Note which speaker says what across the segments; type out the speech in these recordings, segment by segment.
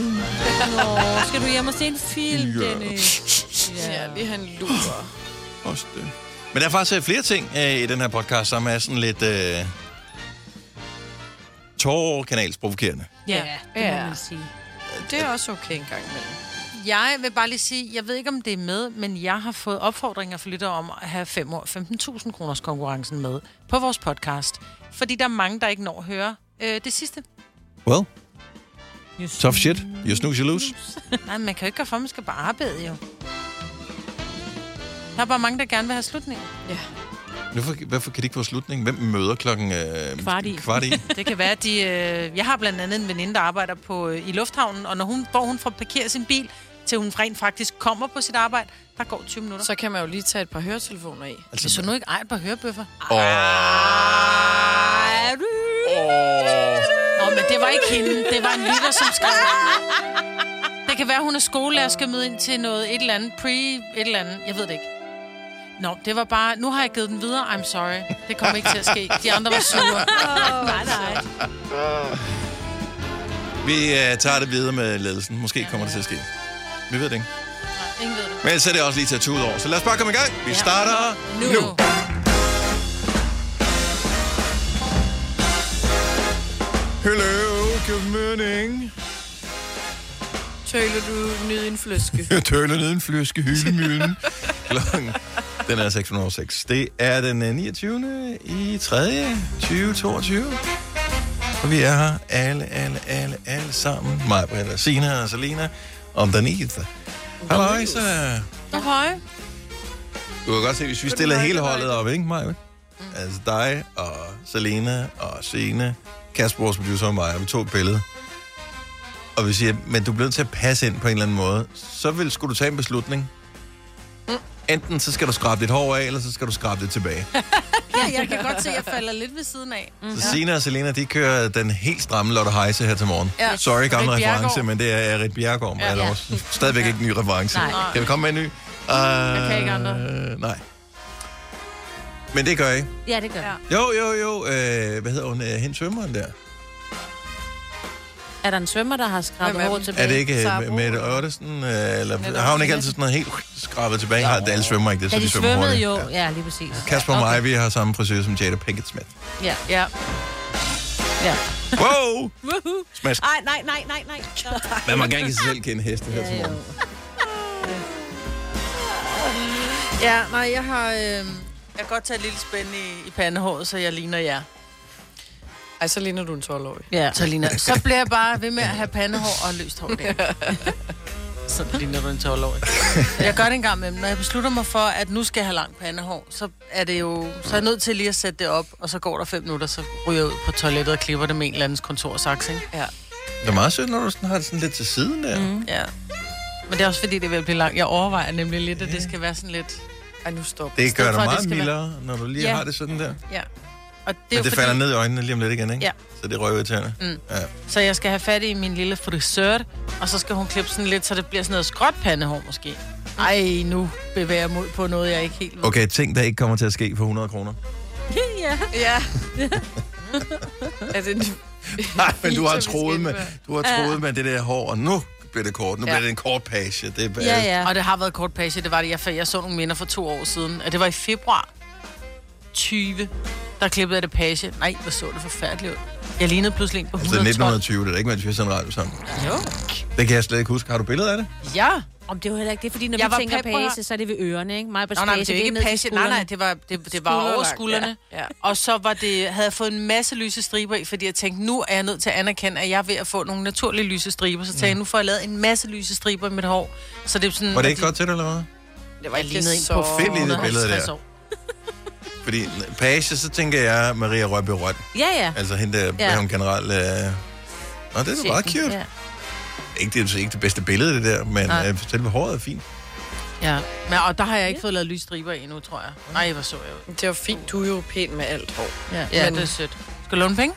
Speaker 1: Nå, skal du hjem og se en film,
Speaker 2: Ja.
Speaker 1: Dennis?
Speaker 3: Ja, lige han lurer.
Speaker 2: Også det. Men der er faktisk øh, flere ting øh, i den her podcast, som er sådan lidt øh, tårerkanalsprovokerende.
Speaker 1: Ja, det må
Speaker 3: Ja.
Speaker 1: man sige.
Speaker 3: Det er også okay en gang imellem.
Speaker 1: Jeg vil bare lige sige, jeg ved ikke, om det er med, men jeg har fået opfordringer fra lyttere om at have fem år 15.000 kroners konkurrencen med på vores podcast. Fordi der er mange, der ikke når at høre øh, det sidste.
Speaker 2: Well, tough shit. You snooze, you lose.
Speaker 1: Nej, man kan jo ikke gøre for, man skal bare arbejde jo. Der er bare mange, der gerne vil have slutningen.
Speaker 2: Hvorfor, hvorfor kan de ikke få slutningen? Hvem møder klokken øh,
Speaker 4: Kvart i.
Speaker 2: kvart i?
Speaker 1: Det kan være, at de... Øh, jeg har blandt andet en veninde, der arbejder på, øh, i lufthavnen, og når hun, hvor hun får parkeret sin bil, til hun rent faktisk kommer på sit arbejde, der går 20 minutter. Så,
Speaker 3: Så kan man jo lige tage et par høretelefoner i.
Speaker 2: Altså,
Speaker 1: hvis hun nu ikke ejer et par hørebøffer.
Speaker 2: Åh,
Speaker 1: Er du? Nå, men det var ikke hende. Det var en lytter, som skrev. det. Det kan være, hun er skolelærer og skal møde ind til noget et eller andet pre et eller andet. Jeg ved det ikke. Nå, det var bare... Nu har jeg givet den videre. I'm sorry. Det kommer ikke til at ske. De andre var sure.
Speaker 4: Nej, nej.
Speaker 2: vi øh, tager det videre med ledelsen. Måske kommer det til at ske. Vi ved det ikke.
Speaker 1: Ingen ved det.
Speaker 2: Men så er det også lige taget ud over. Så lad os bare komme i gang. Vi starter nu.
Speaker 1: Nu.
Speaker 2: nu. Hello, good morning.
Speaker 3: Tøler du nyd en fløske?
Speaker 2: Jeg tøler ned en flyske hyldemylden. Klokken. Den er 606. Det er den øh, 29. i 3. 2022. Og vi er her alle, alle, alle, alle sammen. Mig, Britta, Sina og Selina. Om den Halløj, Halløjsa.
Speaker 1: Hej.
Speaker 2: Du kan godt se, hvis vi stiller hele holdet op, ikke mig? Altså dig og Selena og Sene, Kasper, vores producer og mig, og vi tog et billede. Og vi siger, men du bliver nødt til at passe ind på en eller anden måde. Så vil, skulle du tage en beslutning. Enten så skal du skrabe dit hår af, eller så skal du skrabe det tilbage.
Speaker 1: Ja, jeg kan godt se, at jeg falder lidt ved siden af. Mm.
Speaker 2: Så Sina og Selena, de kører den helt stramme Lotte Heise her til morgen.
Speaker 3: Ja.
Speaker 2: Sorry, gammel
Speaker 1: Ritt Bjerregaard.
Speaker 2: reference, men det er Rit Bjergård. Ja,
Speaker 4: Ja.
Speaker 2: ja. Stadigvæk ikke en ny reference.
Speaker 4: Nej.
Speaker 2: Kan vi komme med en ny? Uh, jeg
Speaker 4: kan ikke andre.
Speaker 2: Nej. Men det gør I.
Speaker 4: Ja, det gør ja.
Speaker 2: Jo, jo, jo. Øh, hvad hedder hun? Øh, hende svømmeren der.
Speaker 4: Er der en svømmer, der har skrabet
Speaker 3: Hvem er
Speaker 4: hår
Speaker 3: den?
Speaker 4: tilbage?
Speaker 2: Er det ikke
Speaker 3: Sara
Speaker 2: øh, Mette Ottesen? Øh, eller har hun ikke altid sådan noget helt skrabet tilbage? Har alle svømmer ikke det,
Speaker 4: Da
Speaker 2: så
Speaker 4: de
Speaker 2: de svømmer
Speaker 4: svømmede
Speaker 2: hurtigt.
Speaker 4: jo. Ja, lige præcis.
Speaker 2: Kasper og mig, vi har samme frisør som Jada Pinkett Smith.
Speaker 4: Ja.
Speaker 3: Ja.
Speaker 4: ja.
Speaker 2: Wow!
Speaker 4: Woohoo.
Speaker 2: Smask.
Speaker 4: Ej, nej, nej, nej, nej.
Speaker 2: Man må gerne give sig selv kende heste her til
Speaker 4: Ja,
Speaker 2: morgen.
Speaker 4: jo.
Speaker 1: Ja, nej, jeg har... Øh, jeg kan godt tage et lille spænd i, i pandehåret, så jeg ligner jer.
Speaker 3: Ej, så ligner du en 12-årig.
Speaker 1: Ja. Så, ligner, så bliver jeg bare ved med at have pandehår og løst hår. Der. så ligner du en 12-årig. Jeg gør det en gang imellem. Når jeg beslutter mig for, at nu skal jeg have langt pandehår, så er det jo... Så er jeg nødt til lige at sætte det op, og så går der fem minutter, så ryger jeg ud på toilettet og klipper det med en eller andens kontorsaks, ikke?
Speaker 3: Ja.
Speaker 2: Det er meget sødt, når du sådan har det sådan lidt til siden der. Mm.
Speaker 1: Ja. Men det er også fordi, det vil blive langt. Jeg overvejer nemlig lidt, at det skal være sådan lidt...
Speaker 3: Ej, nu stop.
Speaker 2: Det
Speaker 1: for,
Speaker 2: gør dig
Speaker 1: at det
Speaker 2: meget
Speaker 1: skal være-
Speaker 2: mildere, når du lige
Speaker 1: Ja.
Speaker 2: har det sådan der.
Speaker 1: Ja. Og det, er jo
Speaker 2: Men det falder ned i øjnene lige om lidt igen, ikke?
Speaker 1: Ja.
Speaker 2: Så det røver irriterende. Mm. Ja.
Speaker 1: Så jeg skal have fat i min lille frisør, og så skal hun klippe sådan lidt, så det bliver sådan noget skråt pandehår måske. Ej, nu bevæger jeg mod på noget, jeg ikke helt ved.
Speaker 2: Okay, ting, der ikke kommer til at ske for 100 kroner.
Speaker 4: ja.
Speaker 3: Ja. er det en...
Speaker 2: Nej, men du har
Speaker 3: Fint, så vi
Speaker 2: troet
Speaker 3: skal
Speaker 2: med, du har troet med det der hår, og nu bliver det kort. Nu
Speaker 3: Ja.
Speaker 2: bliver det en kort page. Det er bare...
Speaker 4: Ja, ja.
Speaker 1: Og det har været kort page, det var det. Jeg, jeg så nogle minder for to år siden, og det var i februar 20, der klippede jeg det page. Nej, hvor så det forfærdeligt ud. Jeg lignede pludselig en på
Speaker 2: Altså
Speaker 1: 112.
Speaker 2: 1920, det er ikke med, at vi sender radio sammen.
Speaker 1: Jo.
Speaker 2: Det kan jeg slet ikke huske. Har du billeder af det?
Speaker 1: Ja.
Speaker 4: Om det er jo heller ikke det, fordi når
Speaker 1: Jeg
Speaker 4: vi
Speaker 1: var
Speaker 4: tænker
Speaker 1: pæ- prøv at-
Speaker 4: page, så er det ved ørerne, ikke? Mig på
Speaker 1: Nå, nej, men det er jo ikke
Speaker 4: ned til
Speaker 1: page. Nej, nej,
Speaker 4: skuldrene.
Speaker 1: det var, det, det var over
Speaker 3: Skulderlangt,
Speaker 1: skuldrene.
Speaker 3: ja. Ja.
Speaker 1: Og så var det, havde jeg fået en masse lyse striber i, fordi jeg tænkte, nu er jeg nødt til at anerkende, at jeg er ved at få nogle naturlige lyse striber. Så tænkte jeg, nu får jeg lavet en masse lyse striber i mit hår. Så det er sådan...
Speaker 2: Mm. Var det ikke godt til det, eller hvad?
Speaker 3: Det var
Speaker 1: Jeg
Speaker 3: ikke
Speaker 1: lignede en
Speaker 3: så...
Speaker 1: på
Speaker 2: Find lige det billede der.
Speaker 1: 450 år.
Speaker 2: Fordi page, så tænker jeg Maria Rødby Røn.
Speaker 4: Ja, ja.
Speaker 2: Altså hende der, ja.
Speaker 4: Ja.
Speaker 2: hun generelt... Øh... Nå, det er da meget cute. Ja.
Speaker 4: Ja.
Speaker 2: Ikke, det er ikke det bedste billede, det der, men
Speaker 1: Nej.
Speaker 2: øh, selve håret er fint.
Speaker 1: Ja, men, og der har jeg ikke fået lavet lyse striber endnu, tror jeg. Nej, hvor så jeg ud.
Speaker 3: Det var fint, du er jo pæn med alt hår.
Speaker 1: Ja, ja
Speaker 3: Men-
Speaker 1: det er sødt. Skal du låne penge?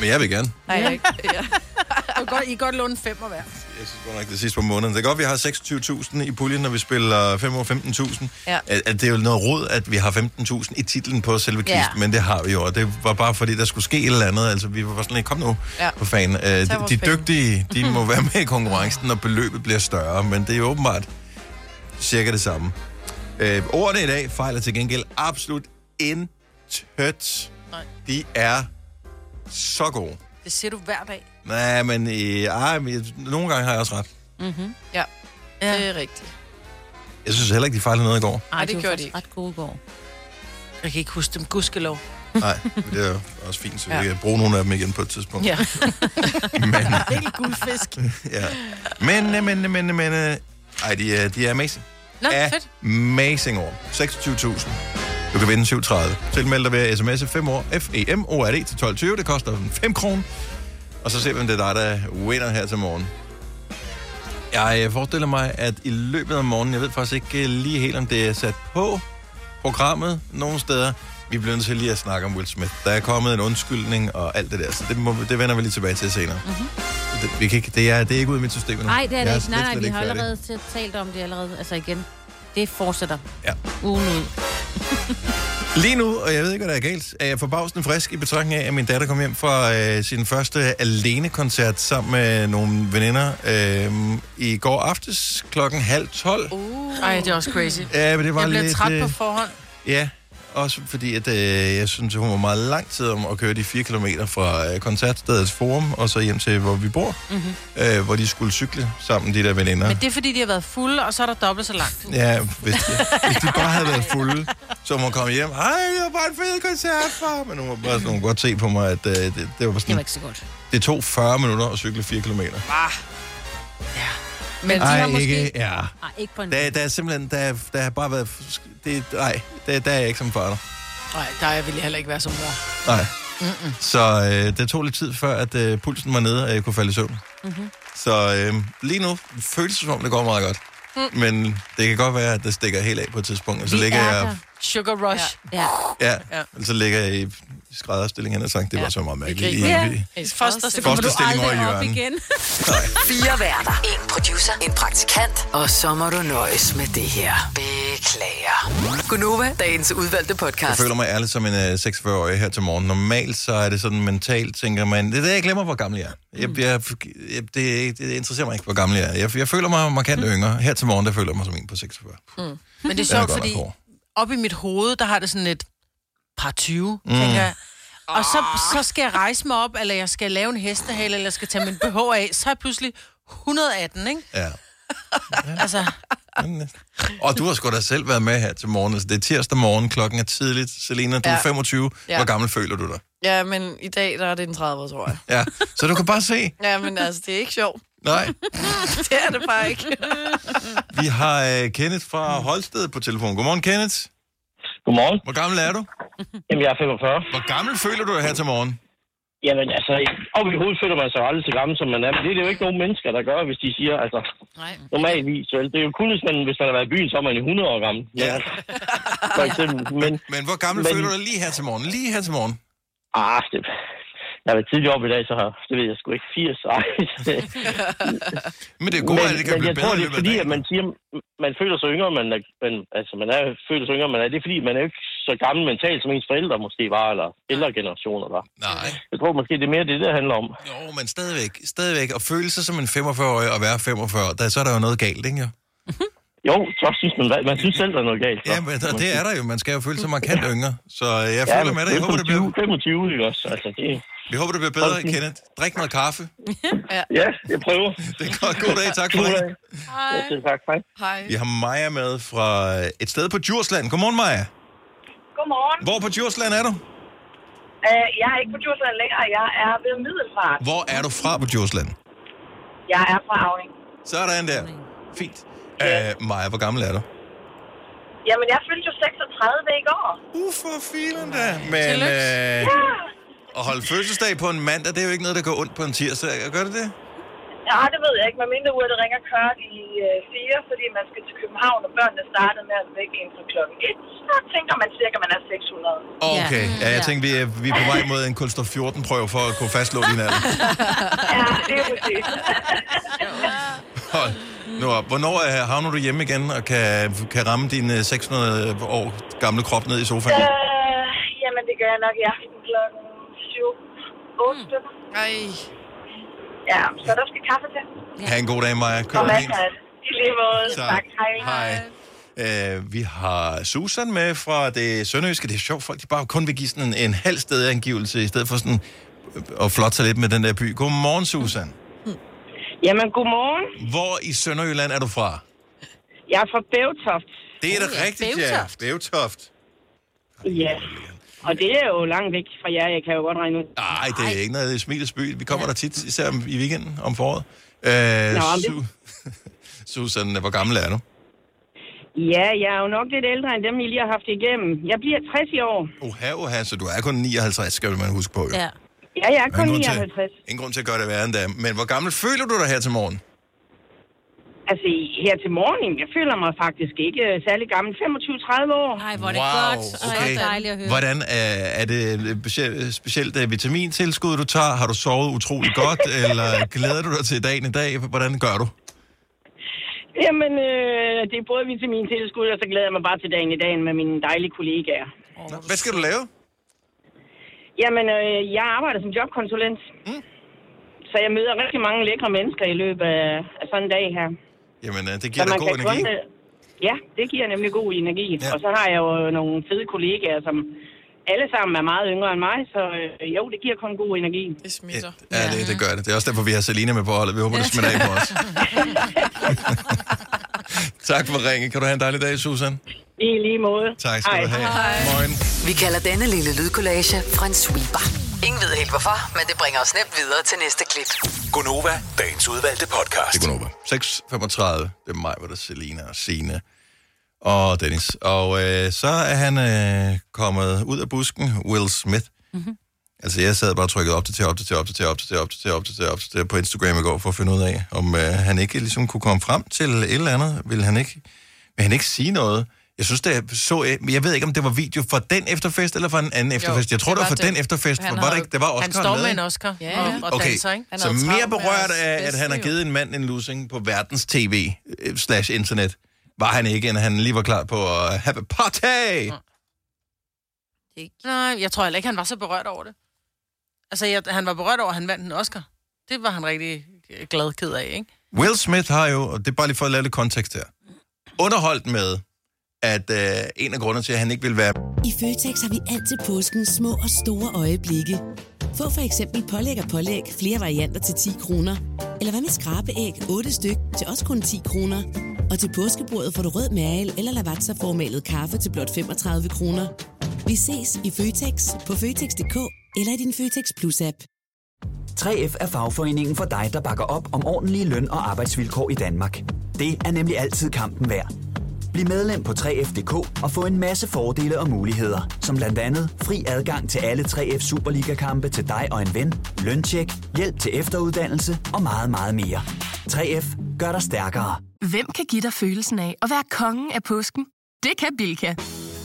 Speaker 2: Men jeg vil gerne.
Speaker 3: Nej, ja. ikke. Ja.
Speaker 1: Du kan godt, I kan godt låne fem og hver.
Speaker 2: Jeg synes godt nok, det sidste par måneder. Det er godt, vi har 26.000 i puljen, når vi spiller 5 år 15.000.
Speaker 3: Ja.
Speaker 2: At, at det er jo noget råd, at vi har 15.000 i titlen på selve
Speaker 3: Ja.
Speaker 2: kisten, men det har vi jo. Og det var bare fordi, der skulle ske et eller andet. Altså, vi var bare sådan lidt, kom nu,
Speaker 3: Ja.
Speaker 2: på fan. Øh, de,
Speaker 3: vores
Speaker 2: de
Speaker 3: penge.
Speaker 2: dygtige, de må være med i konkurrencen, når beløbet bliver større. Men det er jo åbenbart cirka det samme. Øh, ordene i dag fejler til gengæld absolut intet.
Speaker 1: Nej.
Speaker 2: De er så gode.
Speaker 1: Det siger du hver dag.
Speaker 2: Nej, men øh, ej, men jeg- nogle gange har jeg også ret.
Speaker 3: Mm-hmm.
Speaker 1: Ja.
Speaker 3: Det er rigtigt.
Speaker 2: Jeg synes heller ikke, de fejlede noget i går.
Speaker 3: Ej, det
Speaker 4: var
Speaker 3: gjorde
Speaker 4: faktisk
Speaker 3: de
Speaker 4: ret gode i går.
Speaker 1: Jeg kan ikke huske dem, gudskelov.
Speaker 2: Nej, men det er jo også fint, så vi
Speaker 3: Ja.
Speaker 2: kan bruge nogle af dem igen på et tidspunkt.
Speaker 1: Ja.
Speaker 2: Men,
Speaker 4: Helt guldfisk.
Speaker 2: ja. men, øh, men, øh, men, øh, men, øh, ej, de er, de er amazing.
Speaker 1: Nå,
Speaker 2: Ja.
Speaker 1: fedt.
Speaker 2: Amazing år. 26.000. Du kan vinde 730. Tilmeld dig ved sms 5 år FEM ORD E til 12.20. Det koster 5 kroner. Og så ser vi, om det er dig, der vinder her til morgen. Jeg øh, forestiller mig, at i løbet af morgenen, jeg ved faktisk ikke øh, lige helt, om det er sat på programmet nogle steder, vi bliver nødt til lige at snakke om Will Smith. Der er kommet en undskyldning og alt det der, så det, må, det vender vi lige tilbage til senere. Mm-hmm. Det, vi kan ikke, det, er, det er ikke ude i mit system endnu.
Speaker 4: Mhm. Nej, det er
Speaker 2: Jeg
Speaker 4: det ikke. Nej,
Speaker 2: slet,
Speaker 4: nej,
Speaker 2: slet
Speaker 4: vi
Speaker 2: ikke
Speaker 4: har
Speaker 2: færdig.
Speaker 4: allerede t- talt om det allerede. Altså igen, det fortsætter.
Speaker 2: Ja.
Speaker 4: Ugen ud.
Speaker 2: Lige nu, og jeg ved ikke, hvad der er galt, er jeg forbavsende frisk i betragtning af, at min datter kom hjem fra øh, sin første alene-koncert sammen med nogle veninder øh, i går aftes klokken halv tolv. Uh.
Speaker 1: Ej, det er også crazy.
Speaker 2: Ja, men det var
Speaker 1: Jeg bliver
Speaker 2: lidt,
Speaker 1: træt
Speaker 2: øh,
Speaker 1: på forhånd.
Speaker 2: Ja, også fordi, at øh, jeg synes, hun var meget lang tid om at køre de 4 km fra øh, koncertstedets forum, og så hjem til, hvor vi bor, mm-hmm. øh, hvor de skulle cykle sammen, de der veninder.
Speaker 1: Men det er, fordi de har været fulde, og så er der dobbelt så langt.
Speaker 2: Ja, hvis, hvis de bare havde været fulde, så må hun komme hjem. Ej, det var bare en fed koncert, far. Men hun var bare sådan, hun kunne godt se på mig, at øh, det, det, var
Speaker 4: Det var
Speaker 2: sådan,
Speaker 4: ikke så godt.
Speaker 2: det tog 40 minutter at cykle 4 km.
Speaker 1: Men de har
Speaker 2: Nej,
Speaker 1: måske...
Speaker 2: ikke, ja.
Speaker 4: Nej, ikke på en
Speaker 2: Der, der er simpelthen, der, der har bare været, det, nej, der, der er jeg ikke som far.
Speaker 1: Nej, der vil jeg heller ikke være som mor.
Speaker 2: Nej. Mm-mm. Så øh, det tog lidt tid før, at øh, pulsen var nede, og jeg kunne falde i søvn. Mm-hmm. Så øh, lige nu føles det som om, det går meget godt. Mm. Men det kan godt være, at det stikker helt af på et tidspunkt. Og så
Speaker 4: Vi
Speaker 2: ligger
Speaker 4: er
Speaker 2: jeg
Speaker 4: der.
Speaker 1: Sugar Rush.
Speaker 4: Ja.
Speaker 2: Ja,
Speaker 1: Ja.
Speaker 2: og så ligger jeg i skrædderstilling hen og sagt, det var så meget mærkeligt. I,
Speaker 4: griner.
Speaker 2: i,
Speaker 1: Ja. Foster, så kommer du...
Speaker 2: Foster.
Speaker 4: Du
Speaker 2: Stilling
Speaker 4: aldrig
Speaker 2: over i
Speaker 4: op
Speaker 2: hjørnen.
Speaker 4: igen.
Speaker 5: Fire værter. En producer. En praktikant. Og så må du nøjes med det her. Beklager. Gunova, dagens udvalgte
Speaker 2: jeg
Speaker 5: podcast.
Speaker 2: føler mig ærligt som en øh, 46-årig her til morgen. Normalt så er det sådan mentalt, tænker man, det er det, jeg glemmer, hvor gammel jeg er. Jeg, jeg, jeg, det, det interesserer mig ikke, hvor gammel jeg er. Jeg, jeg føler mig markant yngre. Her til morgen, der føler jeg mig som en på 46. Mm.
Speaker 1: Men det er
Speaker 2: Den er
Speaker 1: sjovt,
Speaker 2: godt nok
Speaker 1: fordi
Speaker 2: hård.
Speaker 1: op i mit hoved, der har det sådan et par 20, mm. tænker jeg. Og så, så skal jeg rejse mig op, eller jeg skal lave en hestehale, eller jeg skal tage min BH af. Så er jeg pludselig 118, ikke?
Speaker 2: Ja.
Speaker 1: Altså,
Speaker 2: Men, øh, Og du har sgu da selv været med her til morgen. Altså, det er tirsdag morgen, klokken er tidligt. Selina, du ja. er
Speaker 3: Ja.
Speaker 2: 25. Ja.
Speaker 3: Ja.
Speaker 2: Hvor gammel føler du dig?
Speaker 3: Ja, men i dag, der er det en 30, tror jeg.
Speaker 2: Ja. Så du kan bare se.
Speaker 3: Ja, men altså, det er ikke sjovt.
Speaker 2: Nej.
Speaker 3: Det er det bare ikke.
Speaker 2: Vi har øh, Kenneth fra Holsted på telefon. Godmorgen, Kenneth.
Speaker 6: Godmorgen.
Speaker 2: Hvor gammel er du?
Speaker 6: Jamen, jeg er 45.
Speaker 2: Hvor gammel føler du dig her til morgen?
Speaker 6: Jamen, altså, op i hovedet føler man sig aldrig så gammel, som man er. Men det er det jo ikke nogen mennesker, der gør, hvis de siger, altså,
Speaker 1: nej.
Speaker 6: normalvis. Vel? Det er jo kun, hvis man, hvis man har været i byen, så er man jo 100 år gammel. Men
Speaker 2: Ja.
Speaker 6: altså, For eksempel. Men,
Speaker 2: Men hvor gammel Men...
Speaker 6: Men-
Speaker 2: føler du dig lige her til morgen? Lige her til morgen?
Speaker 6: ah, det, jeg var tidligere op i dag, så har, det ved jeg sgu ikke, 80. Ej.
Speaker 2: Men det er godt, at det kan
Speaker 6: men
Speaker 2: blive
Speaker 6: jeg tror,
Speaker 2: bedre i
Speaker 6: det er
Speaker 2: løbet af
Speaker 6: fordi,
Speaker 2: dagen.
Speaker 6: at man siger, man føler sig yngre, man, er, man, altså, man er, føler sig yngre, man er. Det er fordi, man er jo ikke så gammel mentalt, som ens forældre måske var, eller ældre generationer var.
Speaker 2: Nej,
Speaker 6: Jeg tror måske, det er mere det, det handler om.
Speaker 2: jo, men stadigvæk, stadigvæk. At føle sig som en 45-årig og være 45, der, så er der jo noget galt, ikke? jo?
Speaker 6: Jo, så synes man, man synes selv, der er noget galt. så.
Speaker 2: Ja, men og det er der jo. Man skal jo føle sig markant yngre. Så øh, jeg
Speaker 6: Ja,
Speaker 2: føler
Speaker 6: men
Speaker 2: med dig. Jeg håber, det
Speaker 6: 25,
Speaker 2: bliver,
Speaker 6: 25, ikke også? Altså, det,
Speaker 2: vi håber, det bliver bedre,
Speaker 6: Okay.
Speaker 2: Kenneth. Drik noget kaffe.
Speaker 6: ja, jeg prøver.
Speaker 2: Det er godt. God dag. Tak for
Speaker 6: God
Speaker 2: det.
Speaker 6: dag. Ja, selv tak. Hej.
Speaker 3: Hej.
Speaker 2: Vi har Maja med fra et sted på Djursland. Godmorgen, Maja.
Speaker 7: Godmorgen.
Speaker 2: Hvor på Djursland er du?
Speaker 7: Uh, jeg er ikke på Djursland længere. Jeg er ved Middelfart.
Speaker 2: Hvor er du fra på Djursland?
Speaker 7: Jeg er fra Havning.
Speaker 2: Sådan der. Fint. Øh, Maja, hvor gammel er du?
Speaker 7: Jamen, jeg fyldte jo 36 i går.
Speaker 2: Uh, for filen da. Men øh, at holde fødselsdag på en mandag, det er jo ikke noget, der går ondt på en tirsdag. Gør det det?
Speaker 7: Ja, det ved jeg ikke. Men mindre uret ringer kørt i øh, 4, fordi man skal til København, og børnene startede med at vække en fra klokken 1. Så tænker man cirka, at man er 600.
Speaker 2: Okay, ja, jeg tænkte, vi er, vi er på vej mod en kulstof 14-prøve for at kunne fastslå din alder.
Speaker 8: Ja, det er præcis.
Speaker 2: Hold nu op. Hvornår øh, havner du hjemme igen og kan, kan ramme din øh, 600 år gamle krop ned i
Speaker 8: øh,
Speaker 2: sofaen?
Speaker 8: jamen, det gør jeg nok i aften klokken 7. 8 stykker.
Speaker 3: Hmm.
Speaker 9: Ej.
Speaker 8: Ja, så der skal kaffe til.
Speaker 2: Ha' en god dag, Maja. Kør
Speaker 8: Og
Speaker 2: det fint.
Speaker 8: masser af det. I lige måde. Tak. Hej.
Speaker 2: Hej. Øh, vi har Susan med fra det sønderjyske. Det er sjovt, folk de bare kun vil give sådan en, en halv stedangivelse, i stedet for sådan øh, at flotte sig lidt med den der by. Godmorgen, Susan.
Speaker 7: Jamen, godmorgen.
Speaker 2: Hvor i Sønderjylland er du fra?
Speaker 7: Jeg er fra Bævtoft.
Speaker 2: Det er da
Speaker 7: Oh, ja,
Speaker 2: rigtigt, ja.
Speaker 7: Bevtoft.
Speaker 2: Bævtoft.
Speaker 7: Ja. Og det er jo langt væk fra jer, jeg kan jo godt regne ud.
Speaker 2: Nej, det er ikke noget det er Smilets by. Vi kommer ja. der tit, især om- i weekenden om foråret. Øh,
Speaker 7: Nå,
Speaker 2: Nå,
Speaker 7: men det-
Speaker 2: Su- Susan, hvor gammel er du?
Speaker 7: Ja, jeg er jo nok lidt ældre end dem, I lige har haft igennem. Jeg bliver 60 i år.
Speaker 2: Oha, oha, så du er kun 59, skal man huske på. Jo.
Speaker 7: Ja. Ja, jeg er
Speaker 2: Men
Speaker 7: kun
Speaker 2: grund til-
Speaker 7: 59.
Speaker 2: Ingen grund til at gøre det værre end da. Men hvor gammel føler du dig her til morgen?
Speaker 7: Altså, i- her til morgen, jeg føler mig faktisk ikke øh, særlig gammel. 25-30 år.
Speaker 10: Nej, hvor er det godt. Ej,
Speaker 2: okay.
Speaker 10: hvor dejligt at høre.
Speaker 2: Hvordan er, er det specielt, specielt øh, vitamintilskud, du tager? Har du sovet utrolig godt, eller glæder du dig til dagen i dag? Hvordan gør du?
Speaker 7: Jamen, øh, det er både vitamintilskud, og så glæder jeg mig bare til dagen i dagen med mine dejlige kollegaer.
Speaker 2: Hvad skal du lave?
Speaker 7: Jamen, øh, jeg arbejder som jobkonsulent. Mm. Så jeg møder rigtig mange lækre mennesker i løbet af, af sådan en dag her.
Speaker 2: Jamen, øh, det
Speaker 7: så
Speaker 2: giver dig
Speaker 7: man
Speaker 2: god
Speaker 7: kan kun,
Speaker 2: energi.
Speaker 7: øh, ja, det giver nemlig god energi. Ja. Og så har jeg jo nogle fede kollegaer, som alle sammen er meget yngre end mig, så øh, jo, det giver kun god energi.
Speaker 9: Det smitter.
Speaker 2: Ja, det, det gør det. Det er også derfor, vi har Selina med på holdet. Vi håber, det smitter af på os. tak for ringen. Kan du have en dejlig dag, Susan?
Speaker 7: I lige måde.
Speaker 2: Tak skal du have. Morgen.
Speaker 5: Vi kalder denne lille lydkollage en sweeper. Ingen ved helt hvorfor, men det bringer os nemt videre til næste klip.
Speaker 11: Gunova, dagens udvalgte podcast.
Speaker 2: Det er Gunova. 6.35. Det er mig, hvor der er Selina og Sine og Dennis. Og øh, så er han øh, kommet ud af busken, Will Smith.
Speaker 3: Mhm.
Speaker 2: Mm-hmm. Altså, jeg sad bare og trykkede op til, op til, op til, op til, op til, op til, op til, på Instagram i går for at finde ud af, om øh, han ikke ligesom kunne komme frem til et eller andet. Vil han ikke, vil han ikke sige noget? Jeg synes, det er- så... øh, men Jeg ved ikke, om det var video fra den efterfest, eller fra en anden efterfest. Jeg tror, det var fra den efterfest.
Speaker 1: Han
Speaker 2: for Var
Speaker 1: har
Speaker 2: der,
Speaker 1: jo-
Speaker 2: ikke, der var Oscar
Speaker 1: Han står
Speaker 2: med,
Speaker 1: med en
Speaker 2: ikke?
Speaker 1: Oscar
Speaker 9: Ja.
Speaker 1: og, og
Speaker 2: okay,
Speaker 1: danser, ikke? Han
Speaker 2: så
Speaker 1: havde
Speaker 2: mere
Speaker 1: travlt med
Speaker 2: berørt
Speaker 1: os
Speaker 2: af, at
Speaker 1: bedste,
Speaker 2: han har
Speaker 1: jo.
Speaker 2: givet en mand en losing på verdens tv øh, slash internet, var han ikke, end han lige var klar på at have a party.
Speaker 1: Nej, jeg tror heller ikke, han var så berørt over det. Altså, jeg, han var berørt over, at han vandt en Oscar. Det var han rigtig glad ked af, ikke?
Speaker 2: Will Smith har jo, og det er bare lige for at lave lidt kontekst her, underholdt med, at øh, en af grundene til, at han ikke ville være...
Speaker 12: I Føtex har vi altid påsken små og store øjeblikke. Få for eksempel pålæg og pålæg flere varianter til 10 kroner. Eller hvad med skrabeæg 8 styk til også kun 10 kroner. Og til påskebordet får du rød mal eller lavatserformalet kaffe til blot 35 kroner. Vi ses i Føtex på Føtex.dk eller i din Føtex Plus-app.
Speaker 13: 3F er fagforeningen for dig, der bakker op om ordentlige løn- og arbejdsvilkår i Danmark. Det er nemlig altid kampen værd. Bliv medlem på 3F.dk og få en masse fordele og muligheder, som blandt andet fri adgang til alle 3F Superliga-kampe til dig og en ven, løntjek, hjælp til efteruddannelse og meget, meget mere. 3F gør dig stærkere.
Speaker 14: Hvem kan give dig følelsen af at være kongen af påsken? Det kan Bilka!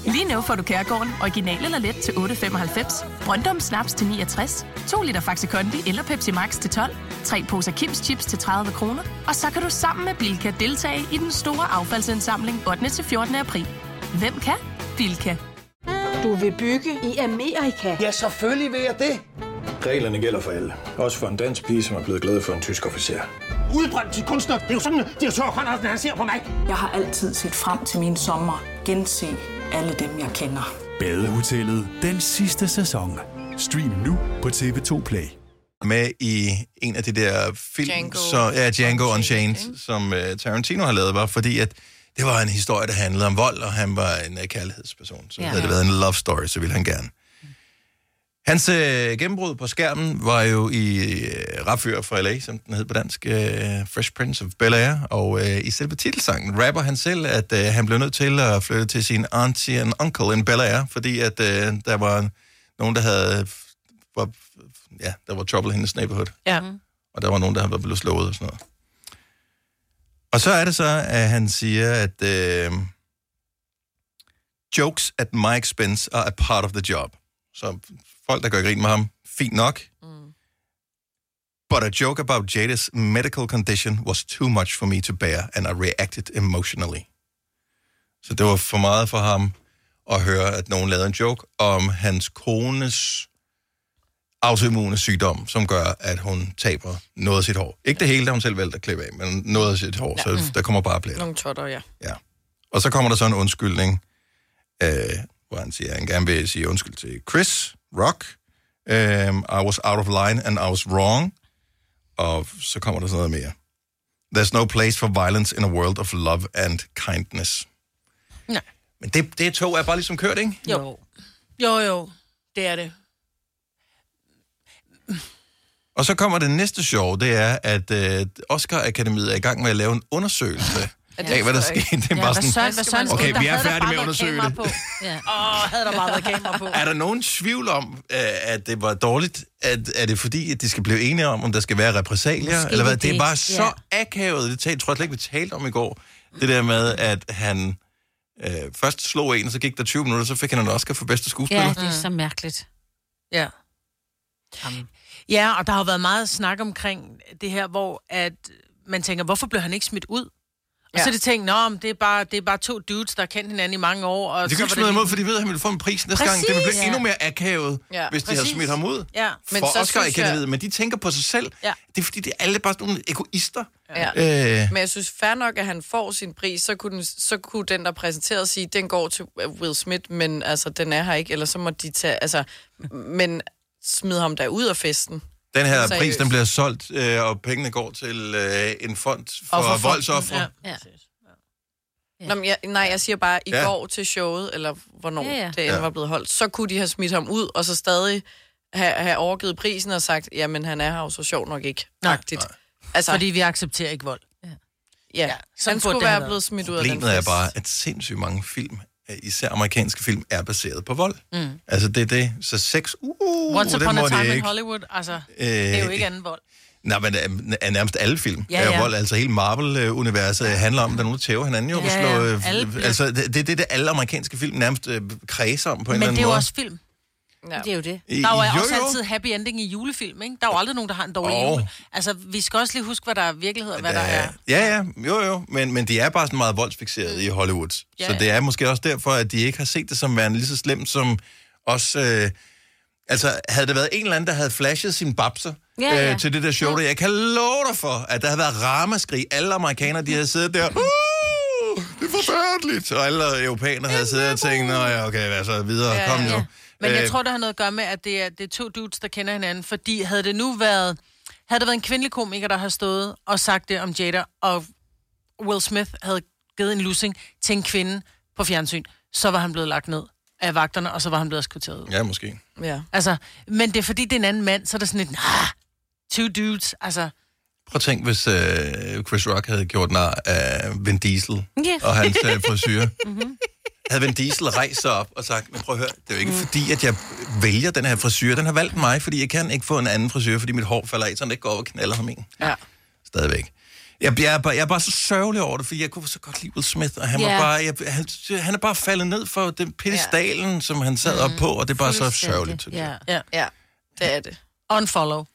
Speaker 14: Lige nu får du Kærgården original eller let til 8.95, Brøndum Snaps til 69, 2 liter Faxi Kondi eller Pepsi Max til 12, 3 poser Kims Chips til 30 kroner, og så kan du sammen med Bilka deltage i den store affaldsindsamling 8. til 14. april. Hvem kan? Bilka.
Speaker 15: Du vil bygge i Amerika? Ja, selvfølgelig vil jeg det.
Speaker 11: Reglerne gælder for alle. Også for en dansk pige, som er blevet glad for en tysk officer.
Speaker 15: Udbrøndt til kunstner. Det er jo sådan, at de har tørt, han ser på mig. Jeg har altid set frem til min sommer. Gense alle dem, jeg kender.
Speaker 11: Badehotellet den sidste sæson. Stream nu på TV2 Play.
Speaker 2: med i en af de der film,
Speaker 11: Django
Speaker 2: så, ja, Django Unchained, som uh, Tarantino har lavet, var fordi, at det var en historie, der handlede om vold, og han var en uh, kærlighedsperson. Så
Speaker 3: Ja.
Speaker 2: ja. havde det været en love story, så ville han gerne. Hans øh, gennembrud på skærmen var jo i øh, Rapfyr fra L.A., som den hed på dansk, øh, Fresh Prince of Bel-Air, og øh, i selve titelsangen rapper han selv, at øh, han blev nødt til at flytte til sin auntie and uncle in Bel-Air, fordi at øh, der var nogen, der havde var, ja, der var trouble i hendes neighborhood,
Speaker 1: Ja.
Speaker 2: og der var nogen, der havde været blevet slået og sådan noget. Og så er det så, at han siger, at øh, jokes at my expense are a part of the job. Så folk, der gør grin med ham, fint nok. Mm. But a joke about Jada's medical condition was too much for me to bear, and I reacted emotionally. Så det var for meget for ham at høre, at nogen lavede en joke om hans kones autoimmune sygdom, som gør, at hun taber noget af sit hår. Ikke det hele, der hun selv valgte at klippe af, men noget af sit hår, ja. så der kommer bare blæder.
Speaker 3: Nogle totter, ja.
Speaker 2: Og så kommer der så en undskyldning, øh, hvor han siger, at han gerne vil sige undskyld til Chris Rock. Um, I was out of line and I was wrong. Og så kommer der sådan noget mere. There's no place for violence in a world of love and kindness.
Speaker 1: Nej.
Speaker 2: Men det, det tog er bare ligesom kørt, ikke?
Speaker 1: Jo. Jo, jo. Det er det.
Speaker 2: Og så kommer det næste show, det er, at øh, Oscar Akademiet er i gang med at lave en undersøgelse
Speaker 1: det
Speaker 2: af, hvad der
Speaker 1: forstår jeg
Speaker 2: skete. Det er
Speaker 1: Ja,
Speaker 2: bare
Speaker 1: hvad
Speaker 2: sådan,
Speaker 1: søren- hvad søren skete?
Speaker 2: okay,
Speaker 1: Der
Speaker 2: vi er
Speaker 1: havde der
Speaker 2: færdige
Speaker 1: bare
Speaker 2: med at
Speaker 1: været
Speaker 2: undersøge
Speaker 1: kamera
Speaker 2: det.
Speaker 1: på. Ja. Åh, oh, havde der bare været kamera på.
Speaker 2: Er der nogen tvivl om, øh, at det var dårligt? At, er det fordi, at de skal blive enige om, om der skal være repressalier?
Speaker 16: Måske
Speaker 2: eller hvad?
Speaker 16: det
Speaker 2: Det er
Speaker 16: det,
Speaker 2: bare så
Speaker 16: ja.
Speaker 2: akavet. Det tal, tror jeg slet ikke, vi talte om i går. Det der med, at han øh, først slog en, så gik der 20 minutter, så fik han en Oscar for bedste skuespiller.
Speaker 4: Ja, det er så mærkeligt.
Speaker 1: Ja. Ja, og der har jo været meget snak omkring det her, hvor at man tænker, hvorfor blev han ikke smidt ud? Og ja. så er det tænkt, nå, men det er, bare, det er bare to dudes, der har kendt hinanden i mange år. Og
Speaker 2: Og det
Speaker 1: så
Speaker 2: kan jo ikke
Speaker 1: var
Speaker 2: smide ham
Speaker 1: lige-
Speaker 2: ud, fordi de ved, at han ville få en pris næste gang. Det ville blive
Speaker 1: Præcis.
Speaker 2: endnu mere akavet,
Speaker 1: Ja,
Speaker 2: hvis de havde
Speaker 1: præcis.
Speaker 2: smidt ham ud.
Speaker 1: Ja.
Speaker 2: Men
Speaker 1: Men
Speaker 2: for
Speaker 1: så
Speaker 2: Oscar
Speaker 1: synes
Speaker 2: Akademiet,
Speaker 1: jeg-
Speaker 2: men de tænker på sig selv.
Speaker 1: Ja.
Speaker 2: Det er fordi, det er alle bare sådan nogle egoister.
Speaker 3: Ja.
Speaker 2: Øh.
Speaker 3: Øh. Men jeg synes fair nok, at han får sin pris, så kunne, den, så kunne den, der præsenterede, sige, den går til øh, Will Smith, men altså, den er her ikke, eller så må de tage, altså, men smid ham der ud af festen. Altså,
Speaker 2: Den her
Speaker 3: Seriøst.
Speaker 2: pris, den bliver solgt, øh, og pengene går til øh, en fond for, for
Speaker 3: Offerfonden,
Speaker 2: voldsoffre. Ja.
Speaker 3: Ja. Ja. Nå, men jeg, nej, jeg siger bare, i
Speaker 2: Ja.
Speaker 3: ja. går til showet, eller hvornår
Speaker 4: Ja,
Speaker 3: ja,
Speaker 4: ja.
Speaker 3: ja. det end
Speaker 2: Ja.
Speaker 3: var blevet holdt, så kunne de have smidt ham ud, og så stadig have, have overgivet prisen og sagt, jamen han er her jo så sjov nok ikke.
Speaker 1: Nej.
Speaker 3: Agtigt.
Speaker 1: Nej.
Speaker 3: Altså,
Speaker 1: Fordi vi accepterer ikke vold.
Speaker 3: ja, ja han
Speaker 1: sådan burde
Speaker 3: skulle
Speaker 1: det have
Speaker 3: være
Speaker 1: været.
Speaker 3: blevet smidt ud af den
Speaker 2: Problemet er
Speaker 3: fest.
Speaker 2: bare, at sindssygt mange film, øh, især amerikanske film, er baseret på vold.
Speaker 1: Mm.
Speaker 2: Altså, det er det. Så sex, uh,
Speaker 1: Once
Speaker 2: det
Speaker 1: upon
Speaker 2: må
Speaker 1: a
Speaker 2: det
Speaker 1: time in
Speaker 2: ikke. Øh,
Speaker 1: Hollywood, altså, det er jo ikke anden vold.
Speaker 2: Nej, men øh, er nærmest alle film
Speaker 1: Ja,
Speaker 2: ja, ja.
Speaker 1: ja.
Speaker 2: vold. Altså, hele Marvel-universet handler om, at der er nogen, der tæver hinanden jo.
Speaker 1: Ja,
Speaker 2: Ja,
Speaker 1: ja.
Speaker 2: ja. Slå,
Speaker 1: Alle
Speaker 2: øh,
Speaker 1: bliver-
Speaker 2: altså, det det er det, det, alle amerikanske film nærmest øh, kredser om på en
Speaker 1: Men det
Speaker 2: eller
Speaker 1: er
Speaker 2: anden
Speaker 1: jo
Speaker 2: måde.
Speaker 1: også film.
Speaker 3: Ja.
Speaker 1: Det er jo det.
Speaker 2: I-
Speaker 1: Der er jo,
Speaker 2: jo,
Speaker 1: også
Speaker 2: jo.
Speaker 1: altid happy ending i julefilm, ikke? Der er jo aldrig nogen, der har en dårlig
Speaker 2: Åh.
Speaker 1: oh. jul. Altså, vi skal også lige huske, hvad der er virkelighed og hvad der er. Mm.
Speaker 2: Ja, ja, jo, jo. Men, men de er bare sådan meget voldsfixerede i Hollywood. Ja,
Speaker 1: Ja,
Speaker 2: så
Speaker 1: ja.
Speaker 2: det er måske også derfor, at de ikke har set det som værende lige så slemt som os... Øh, altså, havde det været en eller anden, der havde flashet sin babser
Speaker 16: Ja, ja.
Speaker 2: Øh, til det der show, der, jeg kan love dig for, at der havde været ramaskrig. Alle amerikanere, de havde siddet der... Uh, det er forfærdeligt! Og alle europæerne havde siddet og tænkt, nå ja, okay, hvad så videre, ja,
Speaker 1: Ja,
Speaker 2: kom nu. Øh.
Speaker 1: ja. Men
Speaker 2: Ja.
Speaker 1: jeg tror, det har noget at gøre med, at det er, det er to dudes, der kender hinanden. Fordi havde det nu været... Havde der været en kvindelig komiker, der har stået og sagt det om Jada, og Will Smith havde givet en lussing til en kvinde på fjernsyn, så var han blevet lagt ned af vagterne, og så var han blevet eskorteret ud.
Speaker 2: Ja, måske.
Speaker 3: Ja.
Speaker 1: Altså, men det er fordi, det er en anden mand, så er der sådan et... Nah, two dudes, altså...
Speaker 2: Prøv at tænk, hvis øh, Chris Rock havde gjort nar af Vin Diesel
Speaker 1: Ja.
Speaker 2: og hans øh, frisyr. havde Vin Diesel rejst sig op og sagt, men prøv at høre, det er jo ikke fordi, at jeg vælger den her frisyr. Den har valgt mig, fordi jeg kan ikke få en anden frisyr, fordi mit hår falder af, så det ikke går op og knaller ham en.
Speaker 3: Ja.
Speaker 2: Stadigvæk. Jeg, jeg, er bare, jeg er bare så sørgelig over det, fordi jeg kunne så godt lide Will Smith, og han, yeah.
Speaker 16: Ja.
Speaker 2: var bare, jeg, han, han er bare faldet ned for den pedestalen, yeah. som han sad op på, og det er bare så sørgeligt. synes jeg.
Speaker 1: Ja. ja.
Speaker 3: ja, det er det.
Speaker 1: Unfollow.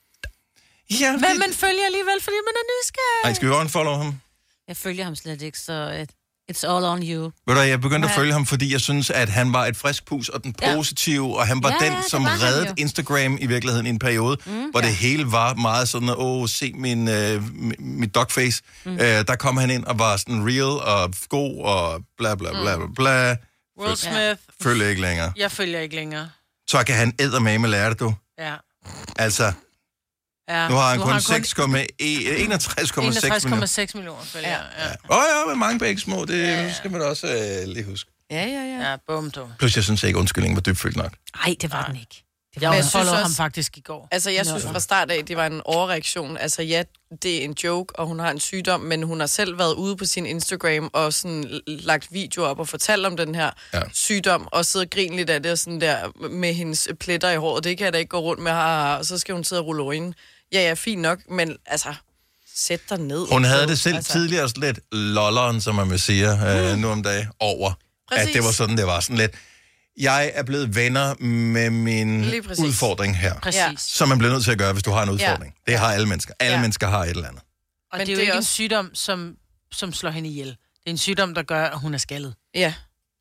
Speaker 2: Ja,
Speaker 1: men man følger alligevel, fordi man er nysgerrig.
Speaker 2: Ej, skal vi unfollow ham?
Speaker 4: Jeg følger ham slet ikke, så øh, it's all on you.
Speaker 2: Ved du, hvad, jeg begyndte at
Speaker 4: Ja.
Speaker 2: følge ham, fordi jeg synes, at han var et frisk pus, og den
Speaker 4: Ja.
Speaker 2: positive, og han var
Speaker 4: Ja,
Speaker 2: den,
Speaker 4: det
Speaker 2: som
Speaker 4: var han
Speaker 2: reddede
Speaker 4: jo.
Speaker 2: Instagram i virkeligheden i en periode, mm, hvor det hele var meget sådan, at, åh, se min, øh, mi- mit dogface. Mm. Øh, der kom han ind og var sådan real og god og bla bla bla bla bla.
Speaker 1: Will Smith.
Speaker 2: Følg ikke længere.
Speaker 1: Jeg følger ikke længere.
Speaker 2: Så kan han eddermame lære det, du.
Speaker 1: Ja.
Speaker 2: Altså,
Speaker 1: ja.
Speaker 2: nu har han kun e- 61,6 millioner.
Speaker 1: 61,6 millioner følgere. Ja. Ja.
Speaker 2: Åh oh, ja, men mange begge små, det ja. skal man også øh, lige huske.
Speaker 1: Ja, ja, ja. Ja, bum, du.
Speaker 2: Plus, jeg synes ikke, undskyldningen var dybfølt nok.
Speaker 4: Nej, det var den ikke.
Speaker 1: Det
Speaker 3: var
Speaker 1: jeg
Speaker 3: den.
Speaker 1: jeg
Speaker 3: Jeg synes
Speaker 1: followede ham
Speaker 3: også-
Speaker 1: faktisk i går.
Speaker 3: Altså, jeg synes
Speaker 1: Nå.
Speaker 3: fra start af, det var en overreaktion. Altså, ja, det er en joke, og hun har en sygdom, men hun har selv været ude på sin Instagram og sådan l- lagt videoer op og fortalt om den her ja. sygdom, og sidder og griner lidt af det og sådan der med hendes pletter i håret. Det kan jeg da ikke gå rundt med, har, og så skal hun sidde og rulle øjnene. Ja, ja, fint nok, men altså, sæt dig ned. Altså.
Speaker 2: Hun havde det selv altså. tidligere lidt lolleren, som man vil sige øh, nu om dagen, over. Præcis. at
Speaker 3: Præcis.
Speaker 2: det var sådan, det var sådan lidt. Jeg er blevet venner med min
Speaker 3: Lige præcis.
Speaker 2: udfordring her.
Speaker 3: Præcis. Ja.
Speaker 2: Som man bliver nødt til at gøre, hvis du har en udfordring. Ja. Det har alle mennesker. Alle
Speaker 1: Ja.
Speaker 2: ja. mennesker har et eller andet.
Speaker 1: Og
Speaker 3: Men
Speaker 1: det er
Speaker 3: det
Speaker 1: jo
Speaker 3: er
Speaker 1: ikke en
Speaker 3: også-
Speaker 1: sygdom, som, som slår hende ihjel. Det er en sygdom, der gør, at hun er skaldet.
Speaker 3: Ja.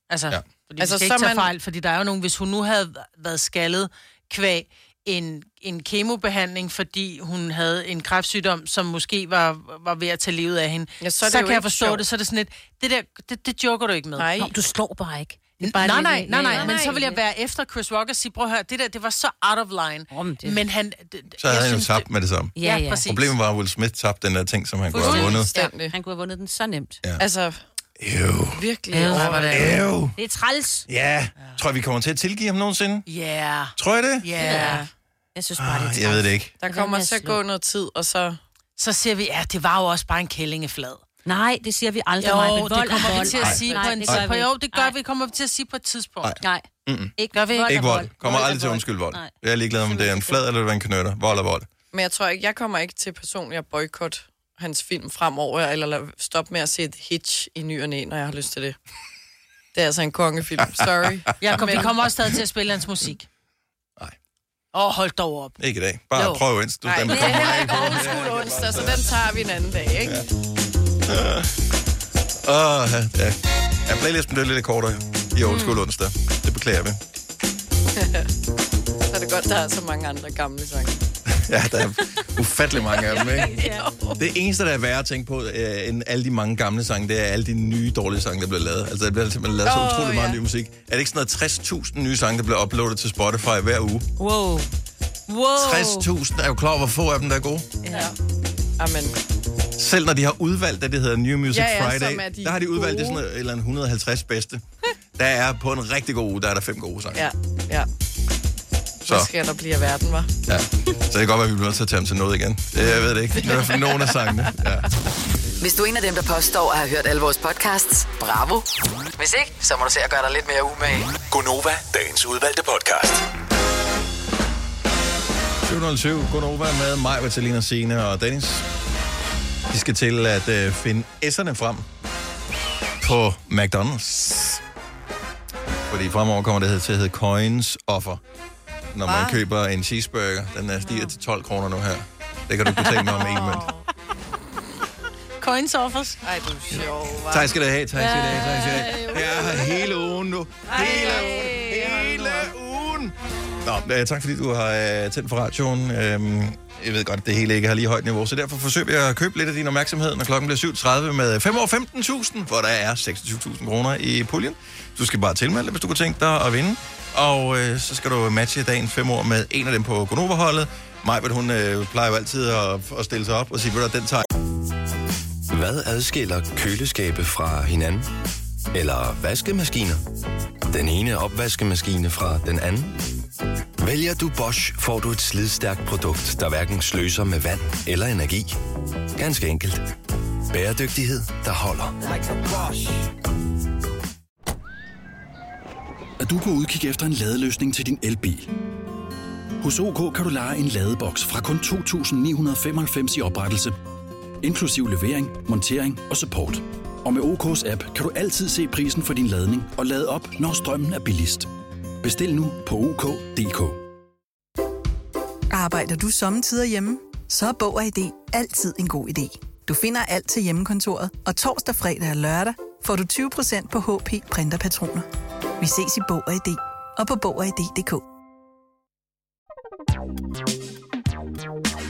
Speaker 1: Altså, ja. fordi
Speaker 3: Altså,
Speaker 1: altså, vi skal
Speaker 3: så
Speaker 1: ikke tage
Speaker 3: man-
Speaker 1: fejl, fordi der er jo nogen, hvis hun nu havde været skaldet kvæg en, en kemobehandling, fordi hun havde en kræftsygdom, som måske var, var ved at tage livet af hende, ja,
Speaker 4: så er
Speaker 1: så,
Speaker 4: det
Speaker 1: så
Speaker 4: jo
Speaker 1: kan jeg
Speaker 4: ikke
Speaker 1: forstå
Speaker 4: sjovt.
Speaker 1: det, så er det sådan lidt, det der, det, det joker du ikke med.
Speaker 4: Nej. Nå, du slår bare ikke. Det er bare
Speaker 1: nej,
Speaker 4: lidt-
Speaker 1: nej, nej, nej,
Speaker 4: ja, ja.
Speaker 1: men så vil jeg være efter Chris Rock og sige, prøv at høre, det der, det var så out of line. Men han...
Speaker 2: Så havde
Speaker 1: jeg
Speaker 2: han jo
Speaker 1: synes,
Speaker 2: tabt med det samme.
Speaker 1: Ja, ja. præcis.
Speaker 2: Problemet var, at Will Smith tabte den der ting, som han kunne have vundet.
Speaker 4: Ja, han kunne have vundet den så nemt.
Speaker 2: Ja.
Speaker 3: Altså,
Speaker 2: Ew.
Speaker 3: virkelig.
Speaker 4: Ew.
Speaker 2: Ej, hvor det- Ew.
Speaker 4: Det er træls.
Speaker 2: Ja. Tror I, vi kommer til at tilgive ham nogensinde?
Speaker 1: Ja.
Speaker 2: Tror I det?
Speaker 1: Ja.
Speaker 4: Jeg synes
Speaker 2: bare, det er Ah, jeg ved det ikke. træls.
Speaker 3: Der kommer til at gå noget tid, og så...
Speaker 1: Så siger vi, ja, det var jo også bare en kællingeflad.
Speaker 4: Nej, det siger vi aldrig.
Speaker 1: Jo,
Speaker 4: Maja, men
Speaker 1: det
Speaker 4: vold er
Speaker 1: kommer
Speaker 4: vold.
Speaker 1: vi til at
Speaker 4: Nej.
Speaker 1: sige
Speaker 4: Nej,
Speaker 1: på en
Speaker 4: det gør vi
Speaker 1: tidspunkt. Jo,
Speaker 4: ikke.
Speaker 1: det gør vi, kommer vi til at sige på et tidspunkt.
Speaker 4: Nej.
Speaker 2: Mm-mm.
Speaker 1: Ikke. Gør vi ikke?
Speaker 2: Ikke vold. Kommer aldrig til at undskylde vold.
Speaker 3: Nej.
Speaker 2: Jeg er ligeglad, om det er en flad eller det er en knytter. Vold er vold.
Speaker 3: Men jeg tror ikke, jeg kommer ikke til personligt at boykotte hans film fremover, eller lade- stoppe med at se et hitch i ny og næ, når jeg har lyst til det. Det er altså en kongefilm, sorry.
Speaker 1: Jeg kom, vi
Speaker 3: Men-
Speaker 1: kommer også stadig til at spille hans musik. Nej. Åh, oh, hold dog op.
Speaker 2: Ikke i dag. Bare
Speaker 1: Jo.
Speaker 2: prøv ens. Du,
Speaker 3: Nej,
Speaker 2: den
Speaker 3: det
Speaker 2: kommer
Speaker 3: er heller
Speaker 2: af
Speaker 3: ikke
Speaker 2: på.
Speaker 3: old school onsdag, så den tager vi en anden dag, ikke?
Speaker 2: Åh, Ah. ja. Ja, playlisten blev lidt kortere i Old School onsdag. Det beklager vi.
Speaker 3: så er det godt, der er så mange andre gamle sange.
Speaker 2: Ja, der er ufattelig mange af dem, ikke? Det eneste, der er værre at tænke på, øh, end alle de mange gamle sange, det er alle de nye dårlige sange, der bliver lavet. Altså, der bliver simpelthen lavet så
Speaker 3: Åh,
Speaker 2: utrolig meget
Speaker 3: ja.
Speaker 2: ny musik. Er det ikke sådan noget 60.000 nye sange, der bliver uploadet til Spotify hver uge?
Speaker 1: Wow. Wow.
Speaker 2: 60.000 er jo klar, over, hvor få af dem, der er gode.
Speaker 3: Ja. Amen.
Speaker 2: Selv når de har udvalgt, at det hedder New Music
Speaker 3: Ja, ja,
Speaker 2: Friday,
Speaker 3: som er de
Speaker 2: der har de udvalgt det
Speaker 3: gode.
Speaker 2: sådan et eller andet 150 bedste. Der er på en rigtig god uge, der er der fem gode sange.
Speaker 3: Ja, ja.
Speaker 2: Så.
Speaker 3: Hvad skal der blive af verden, var?
Speaker 2: Ja. Så det kan godt være, at vi bliver nødt til at tage dem til noget igen. Øh, Jeg ved det ikke. Det er i hvert fald nogen af sangene. Ja.
Speaker 5: Hvis du er en af dem, der påstår at have hørt alle vores podcasts, bravo. Hvis ikke, så må du se at gøre dig lidt mere umage.
Speaker 16: Gonova, dagens udvalgte podcast.
Speaker 2: 707, Gunova med mig, Vitalina Sine og Dennis. De skal til at øh, finde S'erne frem på McDonald's. Fordi fremover kommer det til at hedde Coins Offer. Når man
Speaker 17: Hva?
Speaker 2: køber en cheeseburger, den er stiger til 12 kroner nu her. Det kan du ikke betale med om en mønt.
Speaker 1: Coins offers.
Speaker 3: Ej, du er sjov, hva'?
Speaker 2: Tak skal du have, tak skal du have, tak skal du have. Jeg er her hele ugen nu. Hele ugen. Hele ugen. Nå, øh, tak fordi du har øh, tændt for radioen. Øhm, jeg ved godt, at det hele ikke har lige højt niveau, så derfor forsøger jeg at købe lidt af din opmærksomhed, når klokken bliver 7.30 med 5 over 15.000, hvor der er 26.000 kroner i puljen. Du skal bare tilmelde dig, hvis du kunne tænke dig at vinde. Og øh, så skal du matche dagen 5 år med en af dem på Gonova-holdet. Majbert, hun øh, plejer jo altid at, at stille sig op og sige, ved du, hvad, den tager
Speaker 16: Hvad adskiller køleskabe fra hinanden? Eller vaskemaskiner? Den ene opvaskemaskine fra den anden? Vælger du Bosch, får du et slidstærkt produkt, der hverken sløser med vand eller energi. Ganske enkelt. Bæredygtighed, der holder.
Speaker 18: er du på udkig efter en ladeløsning til din elbil. Hos OK kan du lege en ladeboks fra kun 2.995 i oprettelse, inklusiv levering, montering og support. Og med OK's app kan du altid se prisen for din ladning og lade op, når strømmen er billigst. Bestil nu på OK.dk.
Speaker 11: Arbejder du sommetider hjemme? Så er Bog og ID altid en god idé. Du finder alt til hjemmekontoret, og torsdag, fredag og lørdag får du 20% på HP printerpatroner. Vi ses i Bog og ID og på Bog og ID.dk.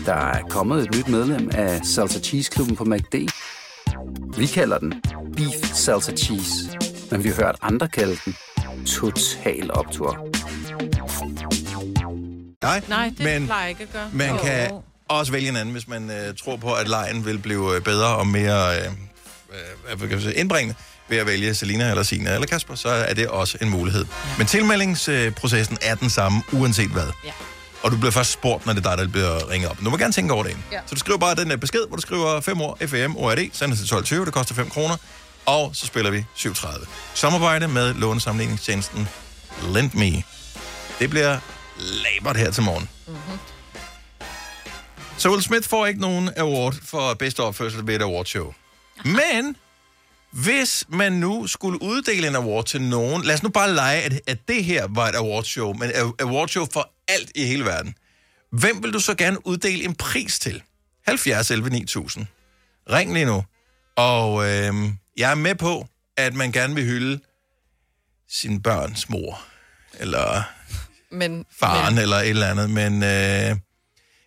Speaker 19: Der er kommet et nyt medlem af Salsa Cheese Klubben på MACD. Vi kalder den Beef Salsa Cheese, men vi har hørt andre kalde den Total Optor.
Speaker 2: Nej,
Speaker 3: Nej, det
Speaker 2: men
Speaker 3: plejer jeg ikke at gøre.
Speaker 2: man
Speaker 3: Jo.
Speaker 2: kan også vælge en anden, hvis man øh, tror på, at lejen vil blive øh, bedre og mere øh, øh, hvad kan jeg sige, indbringende ved at vælge Selina eller Sina eller Kasper, så er det også en mulighed. Ja. Men tilmeldingsprocessen er den samme, uanset hvad.
Speaker 1: Ja.
Speaker 2: Og du bliver først spurgt, når det er dig, der bliver ringet op. Du må gerne tænke over det. Ja.
Speaker 1: Ja.
Speaker 2: Så du skriver bare den der besked, hvor du skriver 5 år FM ORD, E sender til 12.20, det koster 5 kroner, og så spiller vi 7.30. Samarbejde med lånesamligningstjenesten LendMe. Det bliver labert her til morgen. Så Will Smith får ikke nogen award for bedste opførsel ved et awardshow. Men Hvis man nu skulle uddele en award til nogen, lad os nu bare lege, at, at det her var et awardshow, men et awardshow for alt i hele verden. Hvem vil du så gerne uddele en pris til? 70 11 9000. Ring lige nu. Og øh, jeg er med på, at man gerne vil hylde sin børns mor, eller
Speaker 3: Men,
Speaker 2: faren, eller et eller andet, men øh,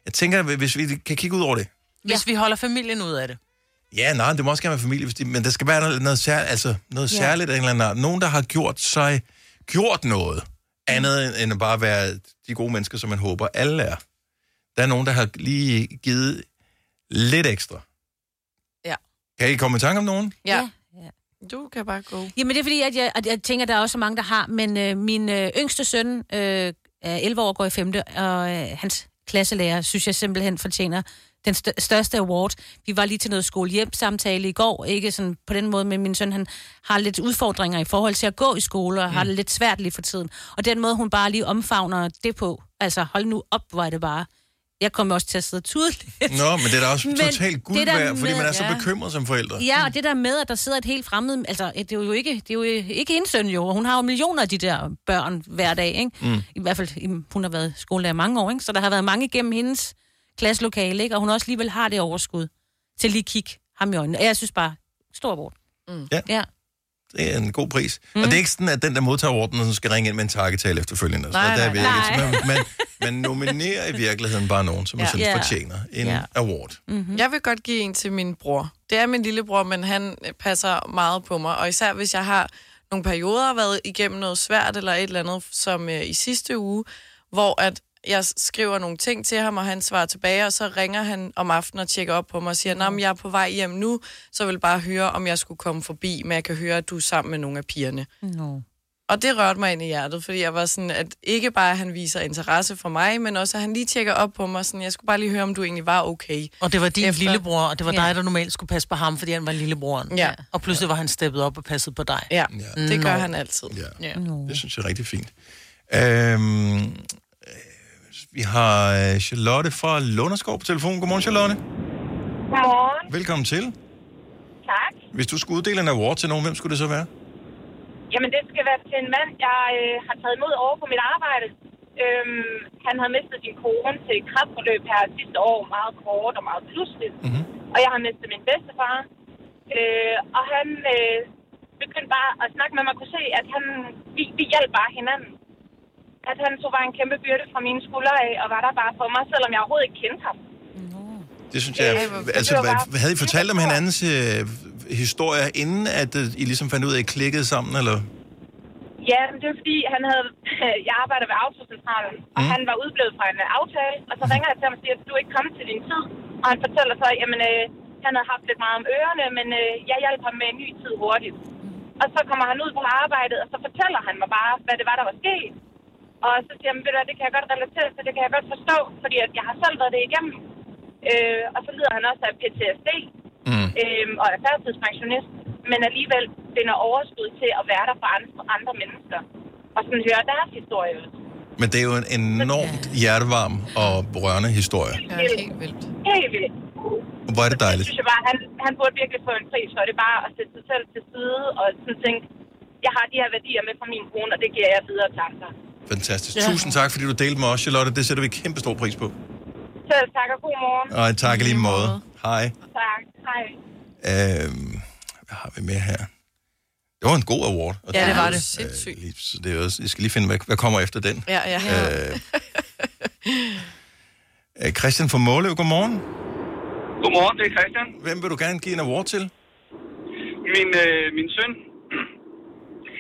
Speaker 2: jeg tænker, hvis vi kan kigge ud over det.
Speaker 1: Hvis vi holder familien ud af det.
Speaker 2: Ja, nej, det må også gerne være familie, hvis de, men der skal være noget, noget, sær, altså noget
Speaker 1: Ja.
Speaker 2: ja. særligt af en eller anden art. Nogen, der har gjort sig gjort noget andet
Speaker 4: Mm.
Speaker 2: end- end at bare være de gode mennesker, som man håber alle er. Der er nogen, der har lige givet lidt ekstra.
Speaker 3: Ja.
Speaker 2: Kan I komme i tanke om nogen?
Speaker 3: Ja. Du kan bare gå.
Speaker 4: Jamen det er fordi, at jeg, at jeg tænker, at der er også så mange, der har, men øh, min øh, yngste søn øh, er 11 år går i 5. og øh, hans klasselærer synes jeg simpelthen fortjener den stør- største award. Vi var lige til noget skolehjælp-samtale i går, ikke sådan på den måde, men min søn han har lidt udfordringer i forhold til at gå i skole, og mm. har det lidt svært lige for tiden. Og den måde, hun bare lige omfavner det på, altså hold nu op, hvor er det bare. Jeg kommer også til at sidde og tude lidt.
Speaker 2: Nå, men det er da også
Speaker 4: Men
Speaker 2: totalt guld
Speaker 4: det der
Speaker 2: værd, fordi
Speaker 4: med-
Speaker 2: man er så
Speaker 4: ja.
Speaker 2: bekymret som forældre.
Speaker 4: Ja, og det der med, at der sidder et helt fremmed... Altså, det er jo ikke, det er jo øh, ikke hendes søn, jo. og Hun har jo millioner af de der børn hver dag, ikke?
Speaker 17: Mm.
Speaker 4: I hvert fald, i- hun har været skolelærer mange år, ikke? Så der har været mange gennem hendes klasselokale, ikke? Og hun også alligevel har det overskud til lige at kigge ham i øjnene. Og jeg synes bare, stor abort. Mm.
Speaker 2: Ja.
Speaker 4: ja.
Speaker 2: Det er en god pris. Mm.
Speaker 3: Mhm.
Speaker 2: Og det er ikke sådan, at den, der modtager ordenen, så skal ringe ind med en takketale efterfølgende. Nej, nej, der er vi
Speaker 3: nej.
Speaker 2: Ikke. Så Man, man, man nominerer i virkeligheden bare nogen, som man
Speaker 3: Ja.
Speaker 2: synes
Speaker 3: Ja.
Speaker 2: fortjener en
Speaker 3: Ja.
Speaker 2: award.
Speaker 3: Mm-hmm. Jeg vil godt give en til min bror. Det er min lillebror, men han øh, passer meget på mig. Og især hvis jeg har nogle perioder været igennem noget svært eller et eller andet, som øh, i sidste uge, hvor at jeg skriver nogle ting til ham, og han svarer tilbage, og så ringer han om aftenen og tjekker op på mig og siger, Nå, men jeg er på vej hjem nu, så vil bare høre, om jeg skulle komme forbi, men jeg kan høre, at du er sammen med nogle af pigerne.
Speaker 4: No.
Speaker 3: Og det rørte mig ind i hjertet, fordi jeg var sådan, at ikke bare at han viser interesse for mig, men også at han lige tjekker op på mig, sådan, jeg skulle bare lige høre, om du egentlig var okay.
Speaker 1: Og det var din
Speaker 3: Efter-
Speaker 1: Efter... lillebror, og det var
Speaker 3: Ja.
Speaker 1: dig, der normalt skulle passe på ham, fordi han var lillebroren.
Speaker 3: Ja.
Speaker 1: Og pludselig var han steppet op og passet på dig.
Speaker 3: Ja, det gør
Speaker 1: Nå.
Speaker 3: han altid. Ja. Ja.
Speaker 2: Det synes jeg er rigtig fint. Øhm, øh, vi har øh, Charlotte fra Lunderskov på telefon. Godmorgen, Charlotte.
Speaker 7: Godmorgen.
Speaker 2: Velkommen til.
Speaker 7: Tak.
Speaker 2: Hvis du skulle uddele en award til nogen, hvem skulle det så være?
Speaker 7: Jamen, det skal være til en mand, jeg øh, har taget imod over på mit arbejde. Øhm, han havde mistet sin kone til et kræftforløb her sidste år, meget kort og meget pludseligt. Mm-hmm. Og jeg har mistet min bedstefar. Øh, og han øh, begyndte bare at snakke med mig, kunne se, at han, vi, vi hjalp bare hinanden. At han så var en kæmpe byrde fra mine skuldre af, og var der bare for mig, selvom jeg overhovedet ikke kendte ham.
Speaker 2: Det synes jeg...
Speaker 7: Øh, det
Speaker 2: altså,
Speaker 7: var
Speaker 2: hvad,
Speaker 7: bare-
Speaker 2: havde I fortalt om hinandens øh, historier, inden at øh, I ligesom fandt ud af, at I klikkede sammen, eller...
Speaker 7: Ja, men det var fordi, han havde, jeg arbejder ved Autocentralen, og mm. han var udblevet fra en øh, aftale, og så ringer jeg til ham og siger, at du er ikke kommet til din tid. Og han fortæller så, jamen øh, han havde haft lidt meget om ørerne, men øh, jeg hjalp ham med en ny tid hurtigt. Og så kommer han ud på arbejdet, og så fortæller han mig bare, hvad det var, der var sket. Og så siger han, ved du hvad, det kan jeg godt relatere til, det kan jeg godt forstå, fordi at jeg har selv været det igennem. Øh, og så lider han også af PTSD, mm. øh, og er færdighedspensionist, men alligevel finder overskud til at være der for andre, andre mennesker. Og sådan hører deres historie ud.
Speaker 2: Men det er jo en enormt hjertevarm og rørende historie.
Speaker 7: Ja, helt vildt. Helt vildt.
Speaker 2: Hvor er det
Speaker 7: Jeg
Speaker 2: dejligt.
Speaker 7: synes jeg bare, han, han burde virkelig få en pris for det. Bare at sætte sig selv til side og sådan tænke, jeg har de her værdier med fra min kone, og det giver jeg videre til andre.
Speaker 2: Fantastisk.
Speaker 7: Ja.
Speaker 2: Ja. Tusind tak, fordi du delte med os, Charlotte. Det sætter vi kæmpe stor pris på.
Speaker 7: Selv tak og god morgen.
Speaker 2: Og tak i lige måde. Hej.
Speaker 7: Tak. Hej.
Speaker 2: Øhm, hvad har vi med her? Det var en god award. Og
Speaker 3: Ja, det var
Speaker 2: er
Speaker 3: det.
Speaker 2: også, Øh, lige, så det er også, jeg skal lige finde, hvad, hvad kommer efter den.
Speaker 3: Ja, ja.
Speaker 2: Øh, øh, Christian fra Måløv, godmorgen.
Speaker 20: Godmorgen, det er Christian.
Speaker 2: Hvem vil du gerne give en award til?
Speaker 20: Min, øh, min søn,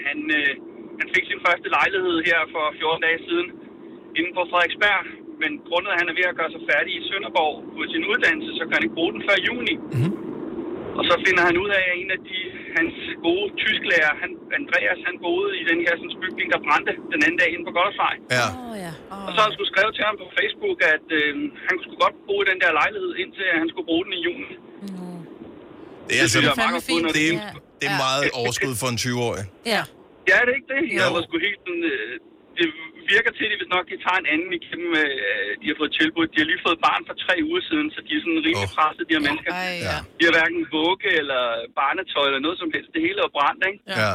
Speaker 20: han, øh, han fik sin første lejlighed her for 14 dage siden inde på Frederiksberg. Men grundet, at han er ved at gøre sig færdig i Sønderborg på sin uddannelse, så kan han ikke bruge den før juni.
Speaker 2: Mhm.
Speaker 20: Mm-hmm. Og så finder han ud af, at en af de, hans gode tysklærer, han, Andreas, han boede i den her sådan, bygning, der brændte den anden dag inde på Goddersvej.
Speaker 2: Ja.
Speaker 20: Og så har han skulle skrive til ham på Facebook, at øh, han skulle godt bruge den der lejlighed, indtil han skulle bruge den i juni.
Speaker 2: Det er, altså,
Speaker 20: synes jeg er meget fint.
Speaker 2: det, er,
Speaker 20: Ja.
Speaker 2: det er meget overskud for en 20-årig.
Speaker 20: Ja, er det ikke det? Jeg var sgu helt sådan, øh, det virker til, at de vil nok, de tager en anden i kæmpen. Øh, de har fået tilbud. De har lige fået barn for tre uger siden, så de er sådan rimelig oh. presset, de her mennesker. Ej, ja. De har hverken vugge eller barnetøj eller noget som helst. Det hele er jo brændt, ikke?
Speaker 2: Ja.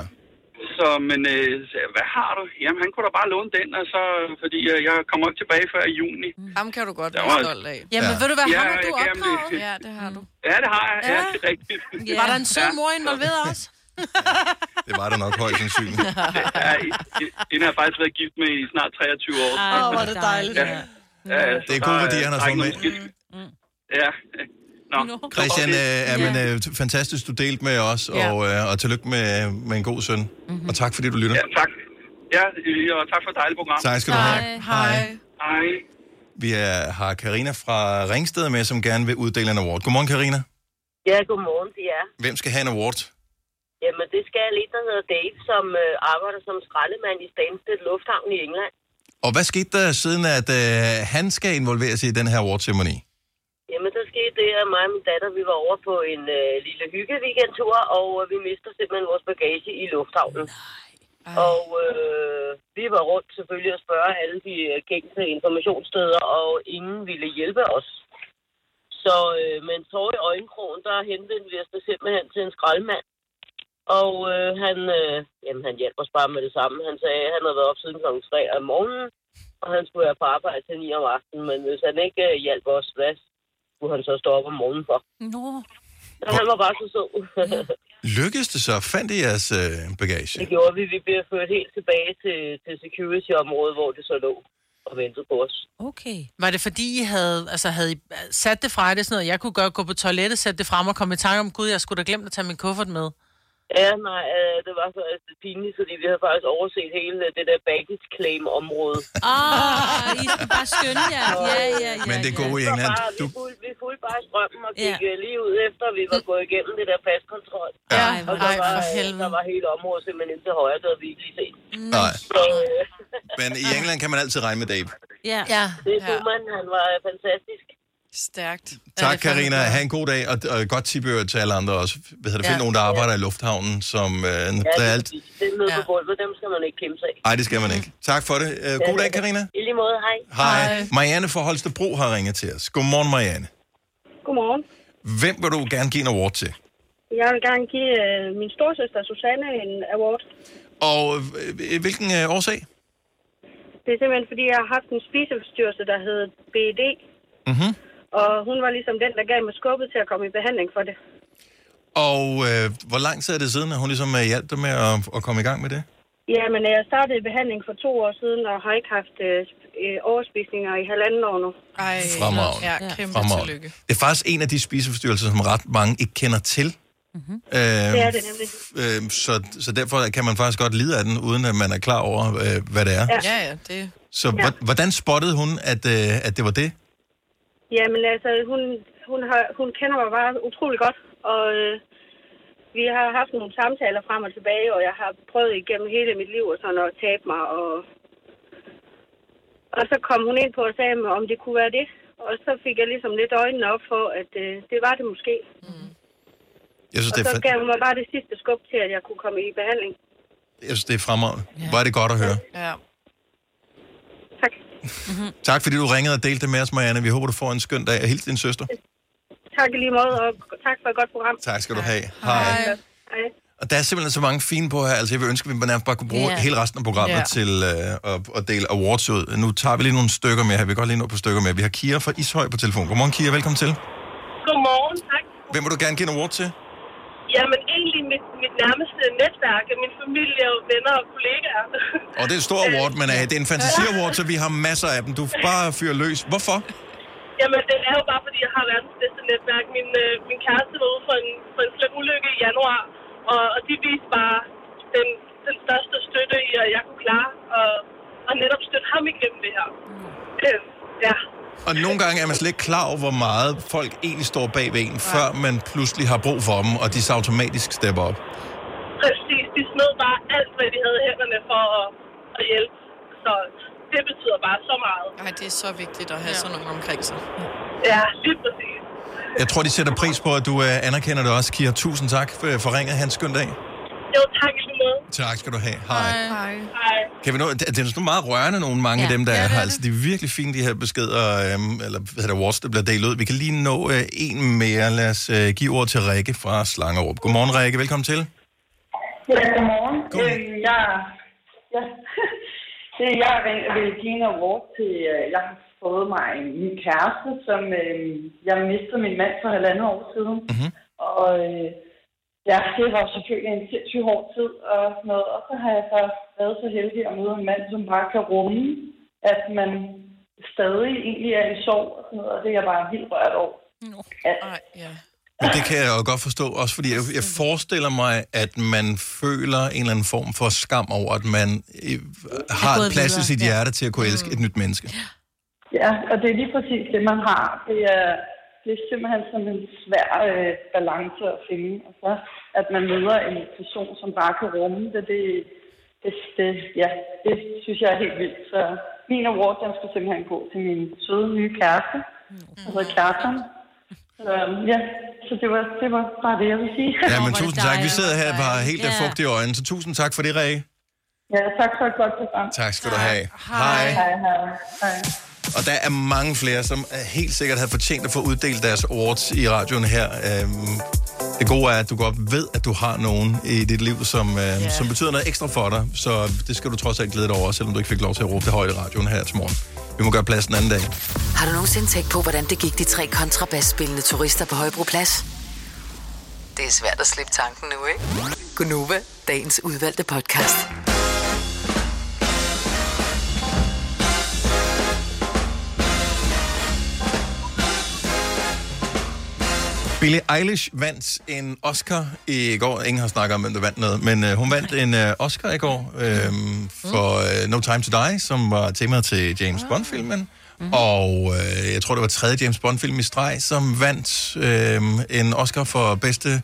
Speaker 20: Så, men øh, så, hvad har du? Jamen, han kunne da bare låne den, og så, fordi øh, jeg kommer ikke tilbage før i juni.
Speaker 3: Ham kan du godt
Speaker 20: Der
Speaker 3: være
Speaker 20: var-
Speaker 3: stolt af.
Speaker 20: Jamen, Ja. ved du hvad,
Speaker 3: ja,
Speaker 20: ham har du
Speaker 3: jeg gerne vil-
Speaker 20: opdraget.
Speaker 3: Ja, det har du.
Speaker 20: Ja, det har jeg. Ja,
Speaker 3: Ja.
Speaker 20: ja det er rigtigt.
Speaker 1: Var der en sød mor involveret også?
Speaker 2: Det var der nok højst sandsynligt.
Speaker 20: Ja, den har jeg faktisk været gift med i snart 23
Speaker 1: Ej,
Speaker 20: år.
Speaker 1: hvor er det dejligt. Mm.
Speaker 20: Ja. Ja,
Speaker 2: Det er gode værdier, han har fået med.
Speaker 20: Mm. Ja. Nå.
Speaker 2: Christian, øh, er men, øh, fantastisk, du delte med os,
Speaker 20: Ja.
Speaker 2: og, øh, og tillykke med, med en god søn. Mm-hmm. Og tak, fordi du lytter.
Speaker 20: Ja, tak. Ja, øh, og tak for et dejligt program.
Speaker 2: Tak skal du have. Hej.
Speaker 20: Hej. Hej.
Speaker 2: Vi er, har Karina fra Ringsted med, som gerne vil uddele en award. Godmorgen, Karina.
Speaker 17: Ja, godmorgen til jer.
Speaker 2: Hvem skal have en award?
Speaker 17: Jamen, det skal jeg lidt, der hedder Dave, som øh, arbejder som skraldemand i Stansted Lufthavn i England.
Speaker 2: Og hvad skete der siden, at øh, han skal involveres i den her award-ceremoni?
Speaker 17: Jamen, så skete det, at mig og min datter, vi var over på en øh, lille hyggeweekendtur, og øh, vi mister simpelthen vores bagage i lufthavnen. Og øh, vi var rundt selvfølgelig og spørge alle de øh, gængse informationssteder, og ingen ville hjælpe os. Så øh, med en tår i øjenkrogen, der henvendte vi os da simpelthen til en skraldemand. Og øh, han, øh, jamen, han hjalp os bare med det samme. Han sagde, at han havde været op siden kl. 3 om morgenen, og han skulle være på arbejde til 9 om aftenen. Men hvis han ikke øh, hjalp os, hvad skulle han så stå op om morgenen for?
Speaker 4: Mm.
Speaker 7: Nå.
Speaker 17: Så han var bare så sød.
Speaker 2: Lykkedes det så? Fandt I jeres øh, bagage?
Speaker 17: det gjorde vi. Vi blev ført helt tilbage til, til security-området, hvor det så lå og ventede på os.
Speaker 7: Okay.
Speaker 1: Var det fordi, I havde, altså, havde I sat det fra jer? Det er sådan noget, jeg kunne gøre, gå på toilettet, sætte det frem og komme i tanke om, gud, jeg skulle da glemt at tage min kuffert med.
Speaker 2: Mm.
Speaker 17: Ja, nej, øh, det var så altså, pinligt, fordi vi havde faktisk overset hele øh, det der baggage claim-område.
Speaker 7: Åh, Ah, I skal bare skynde jer. Ja, ja, ja.
Speaker 2: Men det er gode i
Speaker 17: Så
Speaker 2: England.
Speaker 17: bare, vi, fulgte, vi fulgte bare strømmen og gik ja. lige ud efter, vi var gået igennem det der paskontrol.
Speaker 2: Ja.
Speaker 17: og der, var, øh, der var hele området simpelthen ind til højre, der havde vi ikke lige set.
Speaker 7: Mm.
Speaker 2: Nej.
Speaker 17: Så, øh,
Speaker 2: Men i England kan man altid regne med Dave.
Speaker 7: ja.
Speaker 17: ja. Det kunne man, han var fantastisk.
Speaker 3: Stærkt.
Speaker 2: Tak, Karina. Ha' en god dag, og, og et godt tip i øvrigt til alle andre også. Hvad hedder det?
Speaker 17: Ja.
Speaker 2: Find nogen, der arbejder i lufthavnen, som... Øh, ja, der er alt...
Speaker 17: Det er nede på gulvet, dem skal man ikke kæmpe sig af.
Speaker 2: Ej, det skal man ikke. Tak for det. Øh, god dag, Karina.
Speaker 17: I lige måde, hej.
Speaker 2: Hej. Marianne fra Holstebro har ringet til os. Godmorgen, Marianne.
Speaker 21: Godmorgen.
Speaker 2: Hvem vil du gerne give en award til?
Speaker 21: Jeg vil gerne give øh, min storsøster Susanne en award.
Speaker 2: Og øh, hvilken øh, årsag?
Speaker 21: Det er simpelthen, fordi jeg har haft en spiseforstyrrelse, der hed BED,
Speaker 2: Mm-hmm.
Speaker 21: og hun var ligesom den, der gav mig skubbet til at komme i behandling for det.
Speaker 2: Og øh, hvor lang tid er det siden, at hun ligesom øh, hjalp dig med at, at komme i gang med det?
Speaker 21: Ja, men jeg startede i behandling for to år siden, og har ikke haft øh, sp- øh, overspisninger i halvanden år nu.
Speaker 3: Ej,
Speaker 2: Fremragende.
Speaker 3: Øh, Ja, kæmpe
Speaker 2: Fremragende.
Speaker 3: tillykke.
Speaker 2: Det er faktisk en af de spiseforstyrrelser, som ret mange ikke kender til.
Speaker 1: Mhm.
Speaker 2: Mm-hmm. Øh,
Speaker 21: Det er det nemlig.
Speaker 2: Øh, så, så derfor kan man faktisk godt lide af den, uden at man er klar over, øh, hvad det er.
Speaker 3: Ja, ja, det...
Speaker 2: Så ja. hvordan spottede hun, at, øh, at det var det?
Speaker 21: Jamen altså, hun, hun, har, hun kender mig bare utrolig godt, og øh, vi har haft nogle samtaler frem og tilbage, og jeg har prøvet igennem hele mit liv og sådan at tabe mig, og, og så kom hun ind på og sagde, om det kunne være det, og så fik jeg ligesom lidt øjnene op for, at øh, det var det måske.
Speaker 2: Jeg synes,
Speaker 21: og
Speaker 2: det er,
Speaker 21: så
Speaker 2: fa-
Speaker 21: gav hun mig bare det sidste skub til, at jeg kunne komme i behandling.
Speaker 2: jeg synes, det er fremragende. Ja. Var det godt at høre.
Speaker 3: Ja.
Speaker 2: Tak fordi du ringede og delte det med os, Marianne. Vi håber, du får en skøn dag. Og hils din søster.
Speaker 21: Tak i lige måde, og tak for et godt program.
Speaker 2: Tak skal du have. Hej.
Speaker 21: Hej.
Speaker 2: Og der er simpelthen så mange fine på her. Altså, jeg vil ønske, at vi nærmest bare kunne bruge
Speaker 21: Ja.
Speaker 2: yeah. hele resten af programmet
Speaker 21: Ja.
Speaker 2: yeah. til øh, at, at dele awards ud. Nu tager vi lige nogle stykker med her. Vi kan godt lige nå på stykker med. Vi har Kira fra Ishøj på telefon. Godmorgen, Kira. Velkommen til.
Speaker 8: Godmorgen, tak.
Speaker 2: Hvem vil du gerne give en award til?
Speaker 8: Jamen egentlig mit, mit nærmeste netværk, er min familie og venner og kollegaer.
Speaker 2: Og det er en stor award, men øh, det er en fantasi-award, så vi har masser af dem. Du bare fyrer løs. Hvorfor?
Speaker 8: Jamen det er jo bare fordi, jeg har verdens bedste netværk. Min, øh, min kæreste var ude for en, for en slem ulykke i januar, og, og de viste bare den, den største støtte i, at jeg kunne klare og, og netop støtte ham igennem det her. Øh, ja.
Speaker 2: Og nogle gange er man slet ikke klar over, hvor meget folk egentlig står bag ved en, før man pludselig har brug for dem, og de så automatisk stepper op.
Speaker 8: Præcis, de smed bare alt, hvad de havde i hænderne for at, at hjælpe. Så det betyder bare så meget.
Speaker 3: Ej, det er så vigtigt at have sådan nogen omkring sig.
Speaker 8: Ja, lige præcis.
Speaker 2: Jeg tror, de sætter øh, pris på, at du øh, anerkender det også, Kira. Tusind tak for, for ringet. Hans skøn dag.
Speaker 8: Jo, tak i lige måde.
Speaker 2: Tak skal du have. Hej.
Speaker 22: Hej.
Speaker 2: Kan vi nå, det det er sådan meget rørende, nogle mange ja. af dem, der ja, er her. Altså, de er virkelig fine, de her beskeder, øhm, eller hvad hedder det, awards, der bliver delt ud. Vi kan lige nå øh, en mere. Lad os øh, give ord til Rikke fra Slangerup. Godmorgen, Rikke. Velkommen til.
Speaker 8: Ja, godmorgen. Øhm, jeg, ja, det, jeg vil, vil give en award til, øh, jeg har fået mig en ny kæreste, som øh, jeg mistede min mand for halvandet år siden. Mm-hmm. Og øh, ja, det var selvfølgelig en sindssygt hård tid og sådan noget. Og så har jeg så været så heldig at møde en mand, som bare kan rumme, at man stadig egentlig er i sorg og sådan noget. Og det er jeg bare helt rørt over.
Speaker 3: No.
Speaker 8: At,
Speaker 3: ja.
Speaker 2: Men det kan jeg jo godt forstå, også fordi jeg, jeg forestiller mig, at man føler en eller anden form for skam over, at man øh, har
Speaker 8: gået
Speaker 2: et plads i
Speaker 8: videre,
Speaker 2: sit
Speaker 8: ja.
Speaker 2: hjerte til at kunne elske et nyt menneske.
Speaker 8: Ja, og det er lige præcis det, man har. Det er, det er simpelthen sådan en svær øh, balance at finde. Og så, at man møder en person, som bare kan rumme det, det, det, det, ja, det synes jeg er helt vildt. Så min award, den skulle simpelthen gå til min søde nye kæreste, der hedder Kjartan. Så, ja, så det var, det var bare det, jeg ville sige.
Speaker 2: Ja, men tusind tak. Vi sidder her bare helt af fugtige øjne, så tusind tak for det, Rikke.
Speaker 8: Ja, tak for et godt program.
Speaker 2: Tak skal du have.
Speaker 8: Hej. Hej, hej. hej.
Speaker 2: Og der er mange flere, som er helt sikkert havde fortjent at få uddelt deres awards i radioen her. Øhm, Det gode er, at du godt ved, at du har nogen i dit liv, som, øh, som betyder noget ekstra for dig. Så det skal du trods alt glæde dig over, selvom du ikke fik lov til at råbe det højt i radioen her til morgen. Vi må gøre plads en anden dag.
Speaker 5: Har du nogensinde tænkt på, hvordan det gik de tre kontrabasspillende turister på Højbroplads? Det er svært at slippe tanken nu, ikke? Gunova, dagens udvalgte podcast.
Speaker 2: Billie Eilish vandt en Oscar i går. Ingen har snakket om, hvem der vandt noget, men øh, hun vandt en øh, Oscar i går øh, for øh, No Time To Die, som var temaet til James Bond-filmen. Og øh, jeg tror, det var tredje James Bond-film i streg, som vandt øh, en Oscar for bedste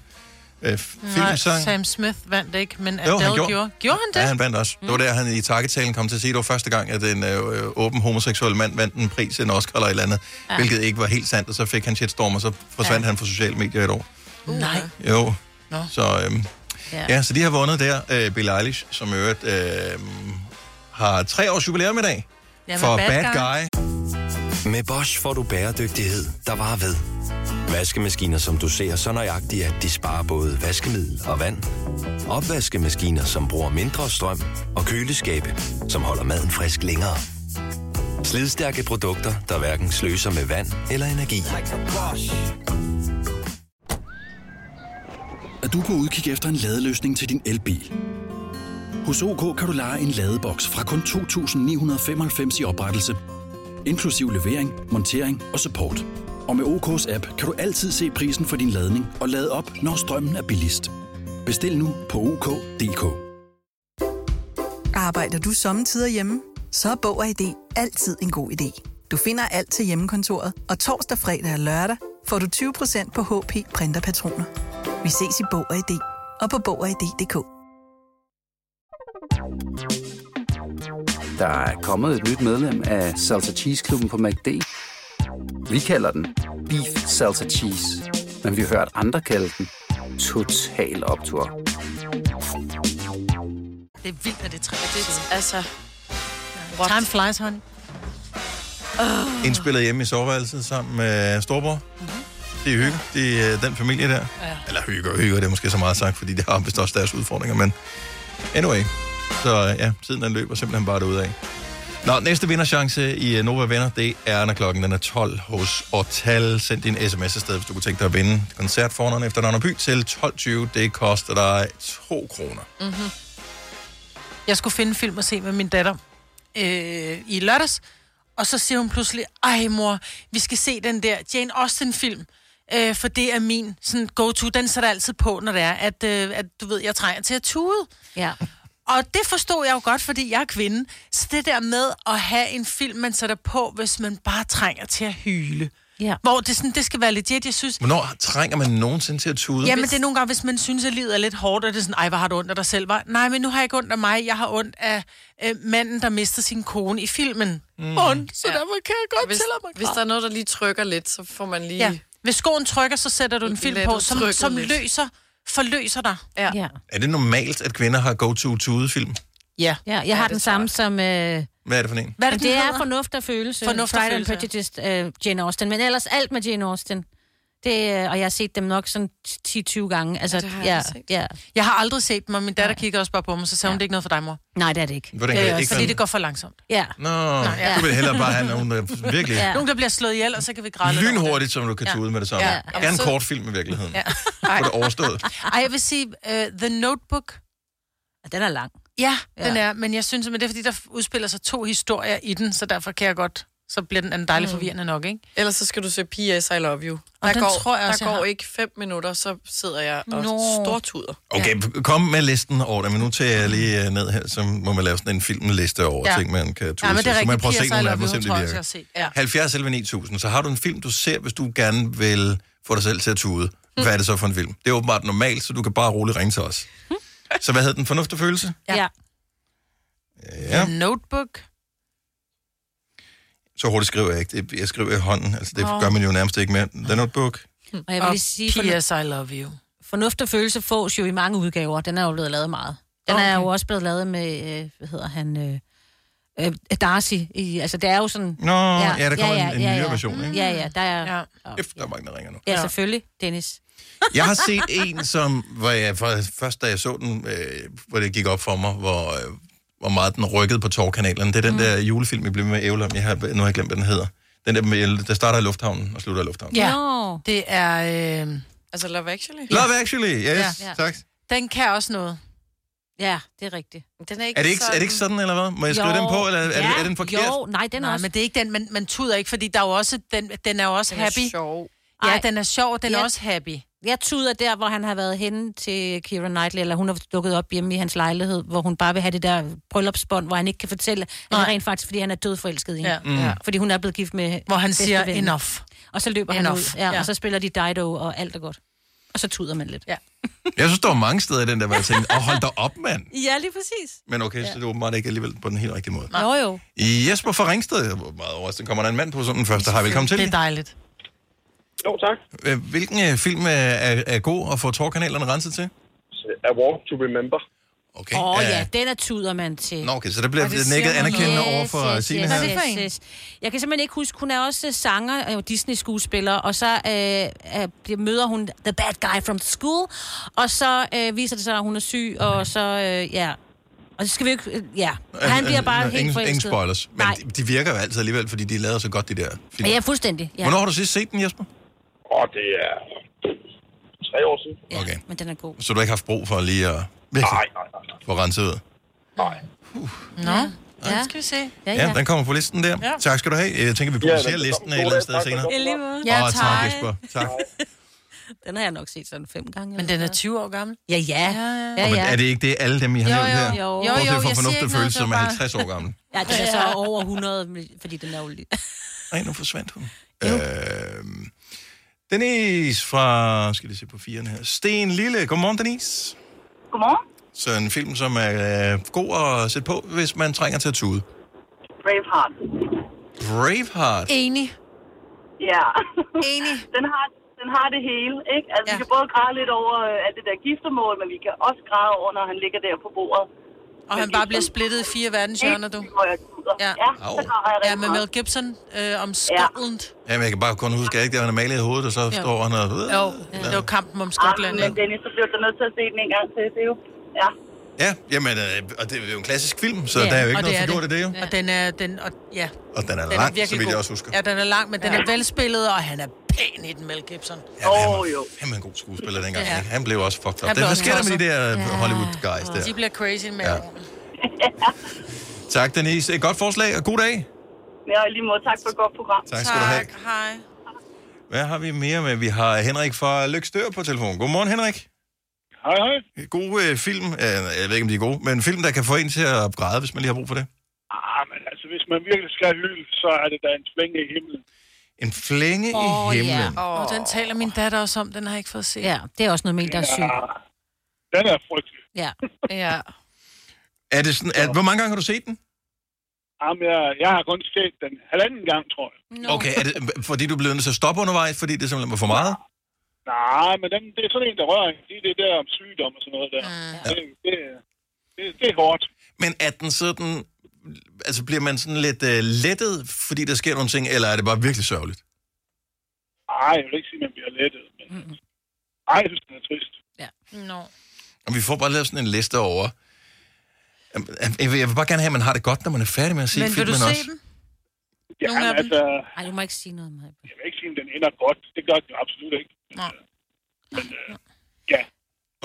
Speaker 2: øh,
Speaker 1: Nej,
Speaker 2: filmsang.
Speaker 1: Sam Smith vandt ikke, men
Speaker 2: Jo,
Speaker 1: Adele
Speaker 2: han gjorde.
Speaker 1: gjorde. gjorde. Gjorde han det?
Speaker 2: Ja, han vandt også. Mm. Det var der, han i takketalen kom til at sige, det var første gang, at en øh, åben homoseksuel mand vandt en pris, en Oscar eller et eller andet, ja.
Speaker 1: Ja.
Speaker 2: hvilket ikke var helt sandt, og så fik han shitstorm, og så forsvandt ja. han fra sociale medier et år.
Speaker 1: Nej.
Speaker 2: Jo.
Speaker 1: Nå.
Speaker 2: Så, øhm,
Speaker 1: Uh. Ja.
Speaker 2: ja. ja, så de har vundet der. Øh, Billie Eilish, som i øvrigt øh, har tre års jubilæum i dag.
Speaker 1: Ja, med
Speaker 2: for
Speaker 1: Bad
Speaker 2: Bad,
Speaker 1: Guy.
Speaker 2: Bad Guy.
Speaker 16: Med Bosch får du bæredygtighed, der varer ved. Vaskemaskiner, som du ser så nøjagtigt, at de sparer både vaskemiddel og vand. Opvaskemaskiner, som bruger mindre strøm. Og køleskabe, som holder maden frisk længere. Slidstærke produkter, der hverken sløser med vand eller energi.
Speaker 18: Er du på udkig efter en ladeløsning til din elbil? Hos OK kan du lege en ladeboks fra kun 2.995 i oprettelse, inklusiv levering, montering og support. Og med OK's app kan du altid se prisen for din ladning og lade op, når strømmen er billigst. Bestil nu på OK.dk.
Speaker 11: Arbejder du sommetider hjemme? Så er Bog og ID altid en god idé. Du finder alt til hjemmekontoret, og torsdag, fredag og lørdag får du 20% på HP Printerpatroner. Vi ses i Bog og ID og på Bog og ID.dk.
Speaker 19: Der er kommet et nyt medlem af Salsa Cheese Klubben på MACD. Vi kalder den Beef Salsa Cheese, men vi har hørt andre kalde den Total Optor.
Speaker 3: Det er vildt, at det er tre. Det, altså,
Speaker 1: What? Time flies, honey.
Speaker 2: Indspillet hjemme i soveværelset sammen med storbror. Mm-hmm. Det er hygge. Det er øh, den familie der. Ja. Eller hygge og hygge, det er måske så meget sagt, fordi det har vist også deres udfordringer, men anyway. Så øh, ja, tiden den løber simpelthen bare derudad. Nå, næste vinderchance i øh, Nova Venner, det er, når klokken den er 12 hos Ortal. Send din sms afsted, hvis du kunne tænke dig at vinde koncert foran efter Nørre By til 12.20. Det koster dig 2 kroner.
Speaker 1: Mm-hmm. Jeg skulle finde en film at se med min datter øh, i lørdags, og så siger hun pludselig, ej mor, vi skal se den der Jane Austen-film, øh, for det er min sådan go-to, den sætter jeg altid på, når det er, at, øh, at du ved, jeg trænger til at tude.
Speaker 4: Ja.
Speaker 1: Og det forstod jeg jo godt, fordi jeg er kvinde. Så det der med at have en film, man sætter på, hvis man bare trænger til at hyle.
Speaker 4: Ja.
Speaker 1: Hvor det, sådan, det skal være legit, jeg synes.
Speaker 2: Hvornår trænger man nogensinde til at tude?
Speaker 1: Jamen, det er nogle gange, hvis man synes, at livet er lidt hårdt, og det er sådan, ej, hvor har du ondt af dig selv, var? Nej, men nu har jeg ikke ondt af mig. Jeg har ondt af øh, manden, der mister sin kone i filmen. Mm. Ondt, så ja. derfor kan jeg godt
Speaker 3: hvis,
Speaker 1: tillade mig.
Speaker 3: Hvis der er noget, der lige trykker lidt, så får man lige...
Speaker 1: Ja. Hvis skoen trykker, så sætter du en film
Speaker 3: Lad
Speaker 1: på,
Speaker 3: du
Speaker 1: som,
Speaker 3: trykke
Speaker 1: som
Speaker 3: lidt.
Speaker 1: løser forløser dig.
Speaker 3: Ja.
Speaker 4: Ja.
Speaker 2: Er det normalt, at kvinder har go-to-tude-film?
Speaker 1: ja.
Speaker 4: ja jeg har ja, den samme som... Øh,
Speaker 2: Hvad er det for en?
Speaker 1: Hvad er det,
Speaker 4: det,
Speaker 1: den
Speaker 4: det er
Speaker 1: hedder?
Speaker 4: Fornuft og Følelse.
Speaker 1: Fornuft og
Speaker 4: Pride and
Speaker 1: Følelse.
Speaker 4: Prejudice, øh, Jane Austen. Men ellers alt med Jane Austen. Det, øh, og jeg har set dem nok sådan 10-20 gange. Altså,
Speaker 1: det
Speaker 4: ja,
Speaker 1: har jeg
Speaker 4: ja,
Speaker 1: aldrig set.
Speaker 4: ja.
Speaker 1: Jeg har aldrig set dem, og min datter kigger også bare på mig, så sagde hun, det er ikke noget for dig, mor. Øh,
Speaker 4: Nej, det er det ikke.
Speaker 2: Hvordan kan det ikke
Speaker 1: fordi
Speaker 2: være-
Speaker 1: det går for langsomt.
Speaker 4: Ja.
Speaker 2: Nå, ja. du vil hellere bare have nogen, der virkelig
Speaker 1: Ja.
Speaker 2: ja.
Speaker 1: Nogen, der bliver slået ihjel, og så kan vi græde lidt over det.
Speaker 2: lynhurtigt, som du kan
Speaker 1: Ja.
Speaker 2: tage ud med det samme.
Speaker 1: Ja.
Speaker 2: Ja.
Speaker 1: Ja.
Speaker 2: Gerne en
Speaker 1: Så-
Speaker 2: kort film i virkeligheden.
Speaker 1: Ja.
Speaker 2: Ja. Få det overstået.
Speaker 1: Ej, jeg vil sige, uh, The Notebook.
Speaker 4: Den er lang.
Speaker 1: Ja, ja, den er, men jeg synes, men det er fordi, der udspiller sig to historier i den, så derfor kan jeg godt, så bliver den en dejlig
Speaker 3: Mm.
Speaker 1: forvirrende nok, ikke?
Speaker 3: Ellers så skal du se P.S. I Love You.
Speaker 1: Og
Speaker 3: Der
Speaker 1: den
Speaker 3: går,
Speaker 1: tror jeg også,
Speaker 3: der
Speaker 1: jeg
Speaker 3: går
Speaker 1: har.
Speaker 3: ikke fem minutter, så sidder jeg og
Speaker 1: Nå.
Speaker 3: stortuder.
Speaker 2: Okay, p- kom med listen over det, men nu tager jeg lige øh, ned her, så må man lave sådan en filmliste over
Speaker 1: Ja.
Speaker 2: ja. ting, man kan
Speaker 1: Ja,
Speaker 2: tude
Speaker 1: men
Speaker 2: til.
Speaker 1: det er
Speaker 2: Så må
Speaker 1: rigtigt.
Speaker 2: man prøve at se
Speaker 1: Piger, så
Speaker 2: nogle
Speaker 1: er
Speaker 2: af dem,
Speaker 1: jeg
Speaker 2: og se, om
Speaker 1: tror
Speaker 2: det
Speaker 1: jeg også, jeg har set.
Speaker 2: virker.
Speaker 1: Ja.
Speaker 2: 70 11 9000, så har du en film, du ser, hvis du gerne vil få dig selv til at tude.
Speaker 1: Hm.
Speaker 2: Hvad er det så for en film? Det er åbenbart normalt, så du kan bare roligt ringe til os.
Speaker 1: Hm.
Speaker 2: Så hvad hed den? Fornuft og følelse?
Speaker 1: Ja.
Speaker 2: Ja.
Speaker 1: The Notebook.
Speaker 2: Så hurtigt skriver jeg ikke. Det- Jeg skriver i hånden. Altså, det
Speaker 4: Åh.
Speaker 2: gør man jo nærmest ikke mere. The Notebook.
Speaker 4: Mm. Og jeg vil lige sige...
Speaker 1: P.S. I Love You.
Speaker 4: Fornuft og Følelse fås jo i mange udgaver. Den er jo blevet lavet meget. Den okay. er jo også blevet lavet med, øh, hvad hedder han, øh, øh, Darcy. I, altså, det er jo sådan...
Speaker 2: Nå, ja, der kommer en- en nyere version, ikke?
Speaker 4: Ja, ja, der er... Ja.
Speaker 2: Efter der er mange, der ringer nu.
Speaker 4: ja, selvfølgelig, Dennis.
Speaker 2: Jeg har set en, som hvor jeg, for, først da jeg så den, øh, hvor det gik op for mig, hvor, øh, hvor meget den rykkede på tårkanalerne. Det
Speaker 1: Mm.
Speaker 2: er den der julefilm, jeg blev med ævle om. Jeg har, nu har jeg glemt, hvad den hedder. Den der, med, der starter i lufthavnen og slutter i lufthavnen.
Speaker 1: Ja, det er... Øh...
Speaker 3: Altså Love Actually?
Speaker 2: Love Actually, yes,
Speaker 1: Ja.
Speaker 2: ja. tak.
Speaker 1: Den kan også noget.
Speaker 4: Ja, det er rigtigt.
Speaker 3: Den er
Speaker 2: Er det, ikke, er det ikke sådan, eller hvad? Må jeg skrive den på, eller er, ja. er den forkert?
Speaker 1: Jo,
Speaker 4: nej, den
Speaker 1: er nej, også... men det er ikke den, man, man tuder ikke, fordi der er jo også, den, den er jo også
Speaker 4: Den er
Speaker 1: happy.
Speaker 3: sjov.
Speaker 1: Ja,
Speaker 4: Ej.
Speaker 1: den er sjov, den er
Speaker 4: Ja.
Speaker 1: også happy.
Speaker 4: Jeg tuder der, hvor han har været henne til Kira Knightley, eller hun har dukket op hjemme i hans lejlighed, hvor hun bare vil have det der bryllupsbånd, hvor han ikke kan fortælle, at han rent faktisk, fordi han er dødforelsket i hende.
Speaker 1: Ja. Mm. Ja.
Speaker 4: Fordi hun er blevet gift med
Speaker 1: Hvor han
Speaker 4: bedste
Speaker 1: siger,
Speaker 4: ven.
Speaker 1: "Enough."
Speaker 4: Og så løber han
Speaker 1: Enough.
Speaker 4: ud, ja,
Speaker 1: Ja.
Speaker 4: ja. og så spiller de Dido, og alt er godt. Og så tuder man lidt.
Speaker 1: Ja,
Speaker 2: Jeg synes, der var mange steder i den der, hvor jeg tænkte, åh, hold da op, mand.
Speaker 4: ja lige præcis.
Speaker 2: Men okay, så det er åbenbart ikke alligevel på den helt rigtige måde.
Speaker 4: Nå jo.
Speaker 2: Jesper fra Ringsted, jeg var meget overrasket. Kommer der en mand på som den første? Hej, velkommen til.
Speaker 1: Det er dejligt.
Speaker 6: Jo, tak.
Speaker 2: Øh, Hvilken øh, film øh, er, er god at få tårkanalerne renset til?
Speaker 6: A Walk to Remember.
Speaker 2: Okay.
Speaker 4: Åh oh,
Speaker 2: øh,
Speaker 4: ja, den er tuder man til.
Speaker 2: Nå, okay, så der bliver
Speaker 4: Og det
Speaker 2: nikket
Speaker 4: siger man
Speaker 2: anerkendende
Speaker 4: noget.
Speaker 2: over for Signe
Speaker 4: yes,
Speaker 2: her.
Speaker 4: Yes, yes, yes. Jeg kan simpelthen ikke huske, hun er også øh, sanger og Disney-skuespiller, og så øh, øh, bliver- møder hun the bad guy from the school, og så øh, viser det sig, at hun er syg, og så, øh, ja. Og så skal vi jo ikke, øh, ja. Han bliver bare
Speaker 2: Øh, øh,
Speaker 4: helt
Speaker 2: ingen,
Speaker 4: forelsket.
Speaker 2: ingen spoilers, men
Speaker 4: Nej,
Speaker 2: de, de virker jo altid alligevel, fordi de lader så godt, de der film.
Speaker 4: ja, fuldstændig. Ja.
Speaker 2: Hvornår har du sidst set den, Jesper?
Speaker 6: Og det er tre år siden.
Speaker 2: Okay,
Speaker 4: Men den er god.
Speaker 2: så du har ikke haft brug for lige at virkelig få renset ud?
Speaker 1: Nå, ja. den skal vi se.
Speaker 2: Ja, ja, den kommer på listen der.
Speaker 1: Ja.
Speaker 2: Ja. Tak skal du have. Jeg tænker, vi
Speaker 6: Ja,
Speaker 2: publicerer ja,
Speaker 6: velkommen.
Speaker 2: listen et
Speaker 6: God
Speaker 2: eller
Speaker 6: dag.
Speaker 2: andet sted
Speaker 6: Tak,
Speaker 2: senere.
Speaker 6: velkommen.
Speaker 4: I lige måde.
Speaker 1: Ja,
Speaker 2: Åh,
Speaker 1: tak.
Speaker 2: tak, Jesper. Tak.
Speaker 4: den har jeg nok set sådan fem gange.
Speaker 1: Men den er 20 år gammel.
Speaker 4: Ja, ja. ja, ja.
Speaker 2: Ja, ja. Er det ikke det, alle dem, I har
Speaker 4: Jo,
Speaker 2: nævnt
Speaker 4: jo,
Speaker 2: her?
Speaker 4: jo. Jo,
Speaker 2: Bortset
Speaker 4: jo,
Speaker 2: fra
Speaker 4: jeg siger
Speaker 2: fornuft
Speaker 4: ikke
Speaker 2: og
Speaker 4: noget,
Speaker 2: følelse,
Speaker 4: det var
Speaker 2: som er
Speaker 4: bare-
Speaker 2: 50 år gammel.
Speaker 4: Ja, den er så over 100, fordi den er jo lige...
Speaker 2: Nej, nu forsvandt hun. Øhm, Denise fra, skal lige se på firen her. Sten Lille. Godmorgen, Denise.
Speaker 23: Godmorgen.
Speaker 2: Så en film, som er øh, god at sætte på, hvis man trænger til at tude.
Speaker 23: Braveheart.
Speaker 2: Braveheart.
Speaker 8: E.
Speaker 1: Enig.
Speaker 23: Ja.
Speaker 1: Enig.
Speaker 23: den, har, den har det hele, ikke? Altså, ja. vi kan både græde lidt over øh, alt det der giftermål, men vi kan også græde over, når han ligger der på bordet.
Speaker 1: Og han bare bliver splittet i fire verdenshjørner, du. Ja,
Speaker 2: Au.
Speaker 1: ja med Mel Gibson øh, om Scotland.
Speaker 2: Jamen, jeg kan bare kun huske, at jeg ikke der, han er malet i hovedet, og så
Speaker 1: Jo.
Speaker 2: står han og... Øh.
Speaker 1: Jo, det var kampen om Skotland,
Speaker 23: Ah, men Dennis, så bliver du nødt til at se den en gang til. Det er jo... Ja.
Speaker 2: Ja, jamen, øh, og det er jo en klassisk film, så der er jo ikke
Speaker 1: og
Speaker 2: noget
Speaker 1: er
Speaker 2: forgjort i det, jo.
Speaker 1: Og den er, den, og, ja,
Speaker 2: Og den er
Speaker 1: den er
Speaker 2: lang, så
Speaker 1: virkelig
Speaker 2: vidt
Speaker 1: god.
Speaker 2: jeg også husker.
Speaker 1: Ja, den er lang, men den er velspillet, og han er pæn i den, Mel Gibson.
Speaker 2: Ja, men han var jo. en god skuespiller dengang.
Speaker 1: Ja.
Speaker 2: Ja. Han blev også fucked
Speaker 1: Han
Speaker 2: up. Det,
Speaker 1: blev
Speaker 2: hvad
Speaker 1: også
Speaker 2: sker der med de der
Speaker 1: tosset. Ja.
Speaker 2: Hollywood-guys der?
Speaker 1: De bliver crazy med
Speaker 2: Ja. Tak, Denise. Et godt forslag, og god dag.
Speaker 23: Ja, og i lige måde, tak for et godt program.
Speaker 2: Tak skal du have. Tak,
Speaker 1: hej.
Speaker 2: Hvad har vi mere med? Vi har Henrik fra Lykstør på telefon. Godmorgen, Henrik.
Speaker 6: Hej, hej.
Speaker 2: God øh, film. Øh, jeg ved ikke, om de er gode, men en film, der kan få en til at græde, hvis man lige har brug for det.
Speaker 6: Ah, men altså, hvis man virkelig skal hylde, så er det da en flænge i himlen.
Speaker 2: En flænge
Speaker 1: Åh,
Speaker 2: i
Speaker 1: ja.
Speaker 2: himlen.
Speaker 1: Og den taler min datter også om, den har jeg ikke fået at se.
Speaker 4: Ja, det er også noget med en, der er syg.
Speaker 6: Ah, Den er frygtelig.
Speaker 4: Ja. ja.
Speaker 2: Er det sådan, at, hvor mange gange har du set den?
Speaker 6: Jamen, jeg, jeg har kun set den halvanden gang, tror jeg.
Speaker 2: Okay, er det, fordi du blev nødt til at stoppe undervejs, fordi det simpelthen var for meget?
Speaker 24: Nej, men dem, det er sådan en, der rører en. Det er det der om sygdom og sådan noget der.
Speaker 1: Mm.
Speaker 24: Det, det, det, det er hårdt.
Speaker 2: Men er den sådan... Altså, bliver man sådan lidt øh, lettet, fordi der sker nogle ting, eller er det bare virkelig sørgeligt?
Speaker 24: Nej, jeg vil ikke sige, at man bliver lettet. Men... Ej, jeg synes, den er trist.
Speaker 1: Ja. Nå.
Speaker 2: Og vi får bare lavet sådan en liste over... Jamen, Jeg vil, jeg vil bare gerne have, at man har det godt, når man er færdig med at se
Speaker 1: Men vil
Speaker 2: filmen
Speaker 1: du se
Speaker 2: også.
Speaker 1: den?
Speaker 24: Ja,
Speaker 1: Nogle af dem?
Speaker 24: altså,
Speaker 4: Nej, du må ikke sige noget om det.
Speaker 24: jeg vil ikke sige, at den ender godt. Det gør den jo absolut ikke.
Speaker 4: Nej.
Speaker 24: Men øh, ja,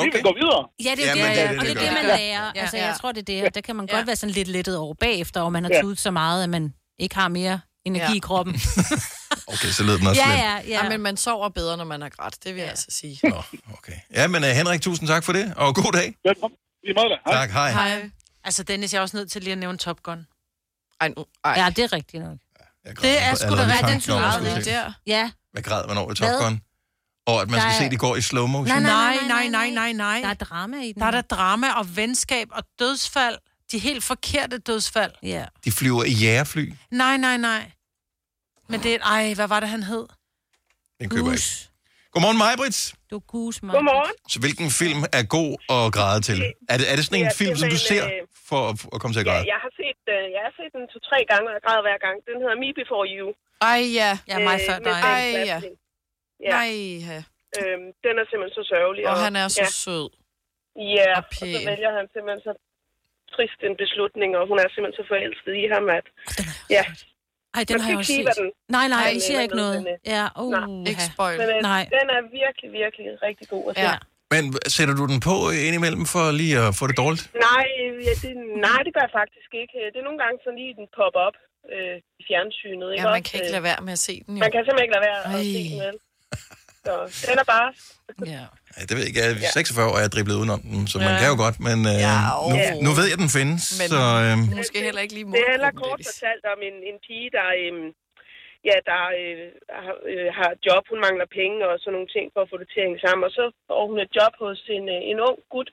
Speaker 24: vi vil gå videre.
Speaker 4: Ja, det er det, ja, og det er det, man lærer. Altså, jeg tror, det er det, og der kan man godt være sådan lidt lettet over bagefter, og man har
Speaker 24: Ja.
Speaker 4: tudet så meget, at man ikke har mere energi i kroppen.
Speaker 2: Okay, så lød den også
Speaker 3: ja,
Speaker 2: lidt.
Speaker 3: ja, ja. men man sover bedre, når man har grædt. Det vil jeg altså sige.
Speaker 2: Nå, okay. Ja, men uh, Henrik, tusind tak for det, og god dag.
Speaker 24: Velkommen. I måde da.
Speaker 2: Tak, hej.
Speaker 1: Hej. Altså, Dennis, jeg er også nødt til lige at nævne Top Gun.
Speaker 3: Ej, nu, ej.
Speaker 4: Ja, det er rigtigt nok.
Speaker 1: Det er sgu da
Speaker 2: allerede
Speaker 1: ret, den
Speaker 2: tanken om, at skulle
Speaker 1: turnerede
Speaker 2: se
Speaker 1: der.
Speaker 4: Ja.
Speaker 2: Hvad græd man over i
Speaker 1: Hvad?
Speaker 2: Top Gun? Og at man
Speaker 1: Der
Speaker 2: skal
Speaker 1: er-
Speaker 2: se, det går i slow motion.
Speaker 1: Nej, nej, nej, nej, nej, nej. Der er
Speaker 4: drama i den.
Speaker 1: Der er der drama og venskab og dødsfald. De helt forkerte dødsfald.
Speaker 4: Ja.
Speaker 2: De flyver i jægerfly.
Speaker 1: Nej, nej, nej. Men det er... Ej, hvad var det, han hed?
Speaker 2: Den køber jeg ikke. Godmorgen, Majbrits.
Speaker 4: Du er gus, mand.
Speaker 1: Godmorgen.
Speaker 2: Så hvilken film er god at græde til? Er det, er det sådan en
Speaker 25: Ja,
Speaker 2: film,
Speaker 25: det
Speaker 2: som
Speaker 25: er
Speaker 2: du
Speaker 25: en,
Speaker 2: ser
Speaker 25: øh,
Speaker 2: for at, for at komme til at
Speaker 25: Ja,
Speaker 2: græde?
Speaker 25: jeg har set, øh, jeg har set den to-tre gange, og jeg græder hver gang. Den hedder Me Before You. Øh,
Speaker 3: Ej, ja.
Speaker 25: Ja, mig
Speaker 8: Øh,
Speaker 25: før dig.
Speaker 3: Ej, ja.
Speaker 25: Ja.
Speaker 3: Nej, ja.
Speaker 25: Øhm, den er simpelthen så sørgelig.
Speaker 3: Og han er så
Speaker 25: ja.
Speaker 3: sød.
Speaker 25: Ja,
Speaker 3: og
Speaker 25: og, så
Speaker 3: pæn.
Speaker 25: vælger han simpelthen så trist en beslutning, og hun er simpelthen så forelsket i ham, at... Ja.
Speaker 4: Ej, den
Speaker 25: Man
Speaker 4: har jeg også
Speaker 25: skal ikke
Speaker 4: set.
Speaker 25: sige, hvad den-
Speaker 4: Nej, nej,
Speaker 25: hvad
Speaker 4: I
Speaker 25: den
Speaker 4: siger
Speaker 25: ender
Speaker 4: ikke
Speaker 25: med,
Speaker 4: noget.
Speaker 25: men, øh,
Speaker 4: Ja, uh,
Speaker 25: Ikke spoil. Men, øh,
Speaker 4: Nej.
Speaker 25: Den er virkelig, virkelig rigtig god at se. Ja.
Speaker 2: Men sætter du den på indimellem for lige at få det dårligt?
Speaker 25: Nej, ja, det, nej, det gør jeg faktisk ikke. Det er nogle gange sådan lige, den popper op øh, i fjernsynet. Ikke
Speaker 3: Ja, man
Speaker 25: også?
Speaker 3: kan ikke
Speaker 25: Øh,
Speaker 3: lade være med at se den, jo.
Speaker 25: Man kan simpelthen ikke lade være at
Speaker 3: Ej.
Speaker 25: se den, vel? Så den er bare...
Speaker 3: Ja.
Speaker 2: Ja, det ved jeg ikke. Jeg er
Speaker 25: Ja.
Speaker 2: 46 år, og jeg er driblet udenom den, så man
Speaker 25: Ja.
Speaker 2: kan jo godt. Men øh, nu, nu ved jeg, at den findes.
Speaker 25: Men-
Speaker 2: så, øh,
Speaker 3: Måske heller ikke lige
Speaker 25: Det handler kort fortalt om en, en pige, der, øhm, ja, der øh, har, øh, har job. Hun mangler penge og sådan nogle ting for at få det til at hænge sammen. Og så får hun et job hos en, øh, en ung gut,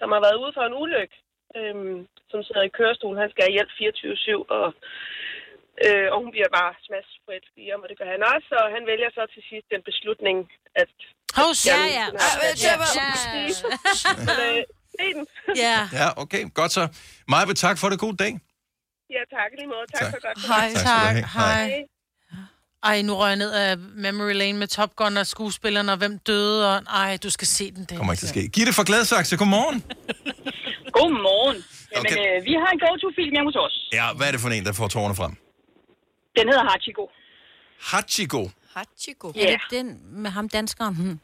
Speaker 25: som har været ude for en ulykke, øhm, som sidder i kørestol. Han skal have hjælp 24-7, og, øh, og hun bliver bare smash på et lige om, og det gør han også. Og han vælger så til sidst den beslutning, at...
Speaker 4: Hov, ja,
Speaker 25: Jamen,
Speaker 4: ja.
Speaker 25: sådan er det.
Speaker 4: Ja, ja.
Speaker 25: Men, øh, se den.
Speaker 4: Ja.
Speaker 2: ja, okay. Godt så. Maja, tak for det. God dag.
Speaker 25: Ja, tak i lige måde. Tak,
Speaker 2: Tak.
Speaker 25: tak. for godt.
Speaker 1: Hej,
Speaker 2: Tak skal
Speaker 1: tak.
Speaker 2: du have.
Speaker 1: tak.
Speaker 2: Hej.
Speaker 1: Hej. Ej, nu røg jeg ned af memory lane med Top Gun og skuespillerne, og hvem døde, og ej, du skal se den. Det
Speaker 2: Kommer ikke til at ske. Gitte fra Gladsaxe, godmorgen.
Speaker 7: Godmorgen. Jamen, okay. øh, vi har en go-to-film hjemme hos os.
Speaker 2: Ja, hvad er det for en, der får tårerne frem?
Speaker 7: Den hedder Hachiko.
Speaker 2: Hachiko.
Speaker 4: Hachiko.
Speaker 7: Ja.
Speaker 4: Er det den med ham danskeren? Hmm.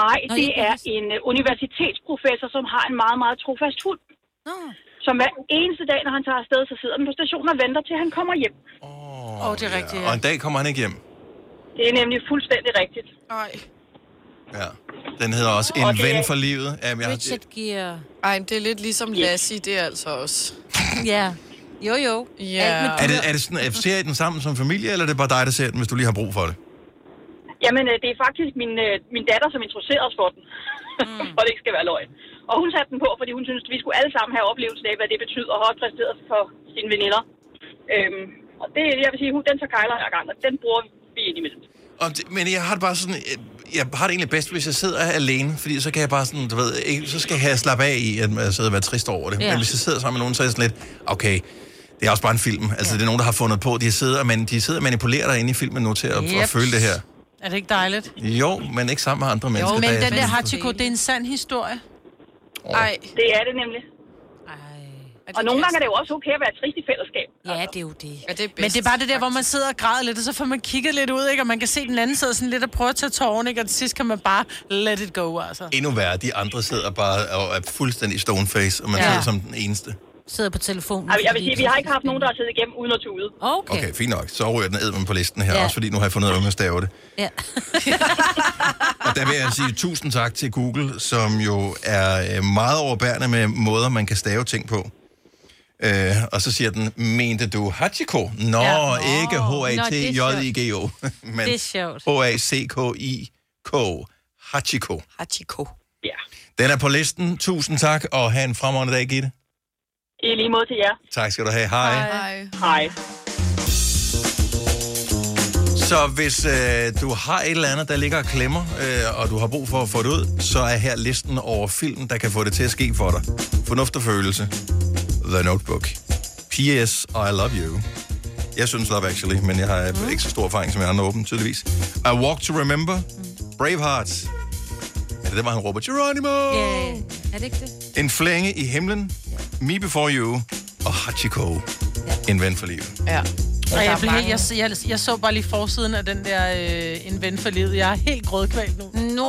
Speaker 7: Nej,
Speaker 4: Nå,
Speaker 7: det
Speaker 4: jeg
Speaker 7: er
Speaker 4: synes-
Speaker 7: en øh, universitetsprofessor, som har en meget, meget trofast hund. Som hver eneste dag, når han tager afsted, så sidder den på stationen og venter, til han kommer hjem.
Speaker 2: Åh, oh, det er rigtigt. Ja. Og en dag kommer han ikke hjem.
Speaker 7: Det er nemlig fuldstændig rigtigt.
Speaker 3: Nej.
Speaker 2: Ja. Den hedder også En
Speaker 3: Og det er-
Speaker 2: ven for livet. Jamen, jeg, har-
Speaker 4: Gear.
Speaker 3: Ej, men det er lidt ligesom Lassie, det er altså også.
Speaker 4: Ja. Jo, jo.
Speaker 3: Ja.
Speaker 2: er, det, er det sådan, at ser I den sammen som familie, eller er det bare dig, der ser den, hvis du lige har brug for det?
Speaker 7: Jamen, øh, det er faktisk min, øh, min datter, som introducerede os for den. Mm. og det ikke skal være løgn. Og hun satte den på, fordi hun synes, at vi skulle alle sammen have oplevelsen af, hvad det betyder at have præsteret for sine veninder. Øhm, og det, jeg vil sige, hun, den tager kejler hver gang, og den bruger vi indimellem.
Speaker 2: Og det, men jeg har det bare sådan, jeg- jeg har det egentlig bedst, hvis jeg sidder alene, fordi så kan jeg bare sådan, du ved, ikke, så skal jeg slappe af i, at jeg sidder og være trist over det.
Speaker 18: Ja.
Speaker 2: Ja. Men hvis jeg sidder sammen med nogen, så er jeg sådan lidt, okay, det er også bare en film. Altså, ja. det er nogen, der har fundet på, de sidder, men de sidder og manipulerer dig inde i filmen nu til at, yep. at
Speaker 1: Jeps.
Speaker 2: føle det her.
Speaker 1: Er det ikke dejligt?
Speaker 2: Jo, men ikke sammen med andre mennesker.
Speaker 1: Jo, men
Speaker 2: der er
Speaker 1: den der
Speaker 2: sådan-
Speaker 1: Hachiko, det er en sand historie.
Speaker 7: Nej. Det er det nemlig. Og nogle gange er det jo også okay at være trist i fællesskab.
Speaker 4: Ja, det er jo det.
Speaker 3: Ja, det er
Speaker 1: Men det er bare det der, hvor man sidder og græder lidt, og så får man kigget lidt ud, ikke? Og man kan se den anden sidde sådan lidt og prøve at tage tårerne, ikke? Og til sidst kan man bare let it go, altså.
Speaker 2: Endnu værre, de andre sidder bare og er fuldstændig stone face, og man
Speaker 1: Ja.
Speaker 2: ja. sidder som den eneste.
Speaker 4: Sidder på telefonen.
Speaker 7: Jeg vil- jeg vil sige, vi har ikke haft nogen, der har siddet igennem uden at tude.
Speaker 4: Okay.
Speaker 2: Okay, fint nok. Så ryger den edmen på listen her,
Speaker 7: Ja.
Speaker 2: ja. også fordi nu har jeg fundet ud af, hvordan man staver det.
Speaker 4: Ja.
Speaker 2: Og der vil jeg sige tusind tak til Google, som jo er øh, meget overbærende med måder, man kan stave ting på. Øh, og så siger den, mente du Hachiko? Nå,
Speaker 4: Ja.
Speaker 2: ja. ikke
Speaker 4: Nå, det er
Speaker 2: H-A-T-J-I-G-O, men
Speaker 4: Det er sjovt.
Speaker 2: H-A-C-K-I-K, Hachiko.
Speaker 3: Hachiko.
Speaker 7: Ja.
Speaker 2: Den er på listen. Tusind tak, og have en fremragende dag, Gitte.
Speaker 7: I lige måde til jer.
Speaker 2: Tak skal du have. Hej.
Speaker 7: Hej.
Speaker 2: Så hvis øh, du har et eller andet, der ligger og klemmer, øh, og du har brug for at få det ud, så er her listen over film, der kan få det til at ske for dig. Fornuft og følelse. The Notebook. P.S. I Love You. Jeg synes Love Actually, men jeg har mm. ikke så stor erfaring som jeg andre åben, tydeligvis. I Walk to Remember. Braveheart. Er det der, hvor han råber, Geronimo?
Speaker 4: Ja, er det ikke det?
Speaker 2: En flænge i himlen. Me Before You. Og Hachiko. En ven for livet.
Speaker 3: Ja.
Speaker 1: Og jeg, blev, helt-
Speaker 4: mange.
Speaker 1: jeg, jeg, jeg, så bare lige forsiden af den der øh, En ven for livet. Jeg er helt grødkvalt nu.
Speaker 4: No.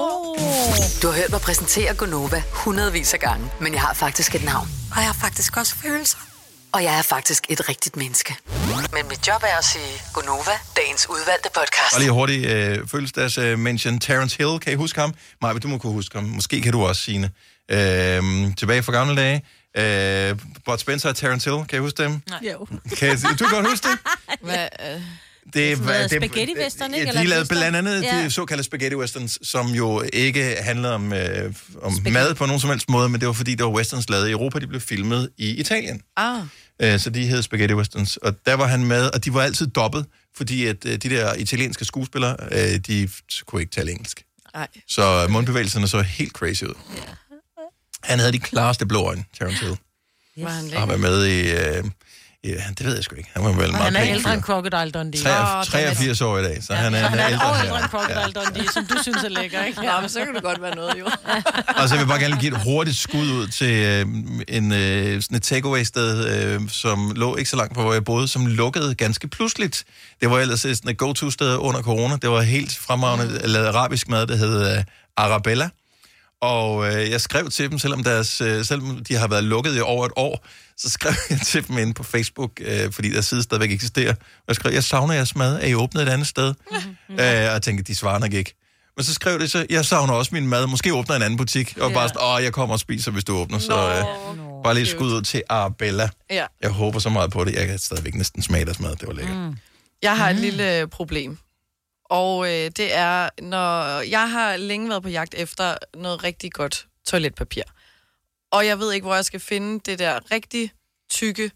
Speaker 5: Du har hørt mig præsentere Gonova hundredvis af gange, men jeg har faktisk et navn.
Speaker 12: Og jeg har faktisk også følelser.
Speaker 5: Og jeg er faktisk et rigtigt menneske. Men mit job er at sige Gonova, dagens udvalgte podcast.
Speaker 2: Og lige hurtigt, øh, fødselsdags øh, mention Terence Hill, kan I huske ham? Maja, du må kunne huske ham. Måske kan du også, Signe. Øh, tilbage fra gamle dage. Øh, Bud Spencer og Terence Hill, kan I huske dem?
Speaker 4: Nej. Jo.
Speaker 2: Kan I, du kan godt huske det?
Speaker 3: Hvad, øh,
Speaker 2: Det
Speaker 4: noget spaghetti-western, ikke?
Speaker 2: Ja,
Speaker 4: Eller
Speaker 2: de lavede
Speaker 4: western?
Speaker 2: blandt andet
Speaker 4: Ja.
Speaker 2: ja. de såkaldte spaghetti westerns, som jo ikke handlede om, øh, om mad på nogen som helst måde, men det var fordi, det var westerns lavet i Europa, de blev filmet i Italien.
Speaker 3: ah.
Speaker 2: Øh, så de hed Spaghetti Westerns. Og der var han med, og de var altid dobbelt, fordi at øh, de der italienske skuespillere, øh, de f- kunne ikke tale engelsk.
Speaker 3: Nej.
Speaker 2: Så øh, mundbevægelserne så helt crazy ud. Han havde de klareste blå øjne, Terrence Hill.
Speaker 3: Var han
Speaker 2: Og han var med i... Øh, ja, det ved jeg sgu ikke. Han var vel en
Speaker 1: Og
Speaker 2: meget
Speaker 1: han er
Speaker 2: pæn
Speaker 1: ældre
Speaker 2: fyr.
Speaker 1: end Crocodile Dundee.
Speaker 2: 83 år i dag, så han er,
Speaker 1: Han er et år
Speaker 2: ældre.
Speaker 1: ældre
Speaker 2: her.
Speaker 1: end Crocodile Dundee, som du synes er lækker, ikke?
Speaker 3: Nå, men så kan du godt være noget, jo.
Speaker 2: Og så vil jeg bare gerne lige give et hurtigt skud ud til øh, en, øh, sådan et takeaway-sted, øh, som lå ikke så langt fra, hvor jeg boede, som lukkede ganske pludseligt. Det var ellers sådan et go-to-sted under corona. Det var helt fremragende, eller arabisk mad, der hed øh, Arabella. Og øh, jeg skrev til dem, selvom, deres, øh, selvom de har været lukket i over et år, så skrev jeg til dem inde på Facebook, øh, fordi deres side stadigvæk eksisterer. Og jeg skrev, jeg savner jeres mad. Er I åbnet et andet sted? Mm-hmm. Øh, og jeg tænkte, de svarer nok ikke. Men så skrev det så, jeg savner også min mad. Måske åbner en anden butik. Og bare sådan, åh, jeg kommer og spiser, hvis du åbner. Så øh, bare lige et skud ud til Arabella.
Speaker 3: Ja.
Speaker 2: Jeg håber så meget på det. Jeg kan stadigvæk næsten smage deres mad. Det var lækkert. Mm.
Speaker 3: Jeg har et lille problem. Og øh, det er, når jeg har længe været på jagt efter noget rigtig godt toiletpapir. Og jeg ved ikke, hvor jeg skal finde det der rigtig tykke,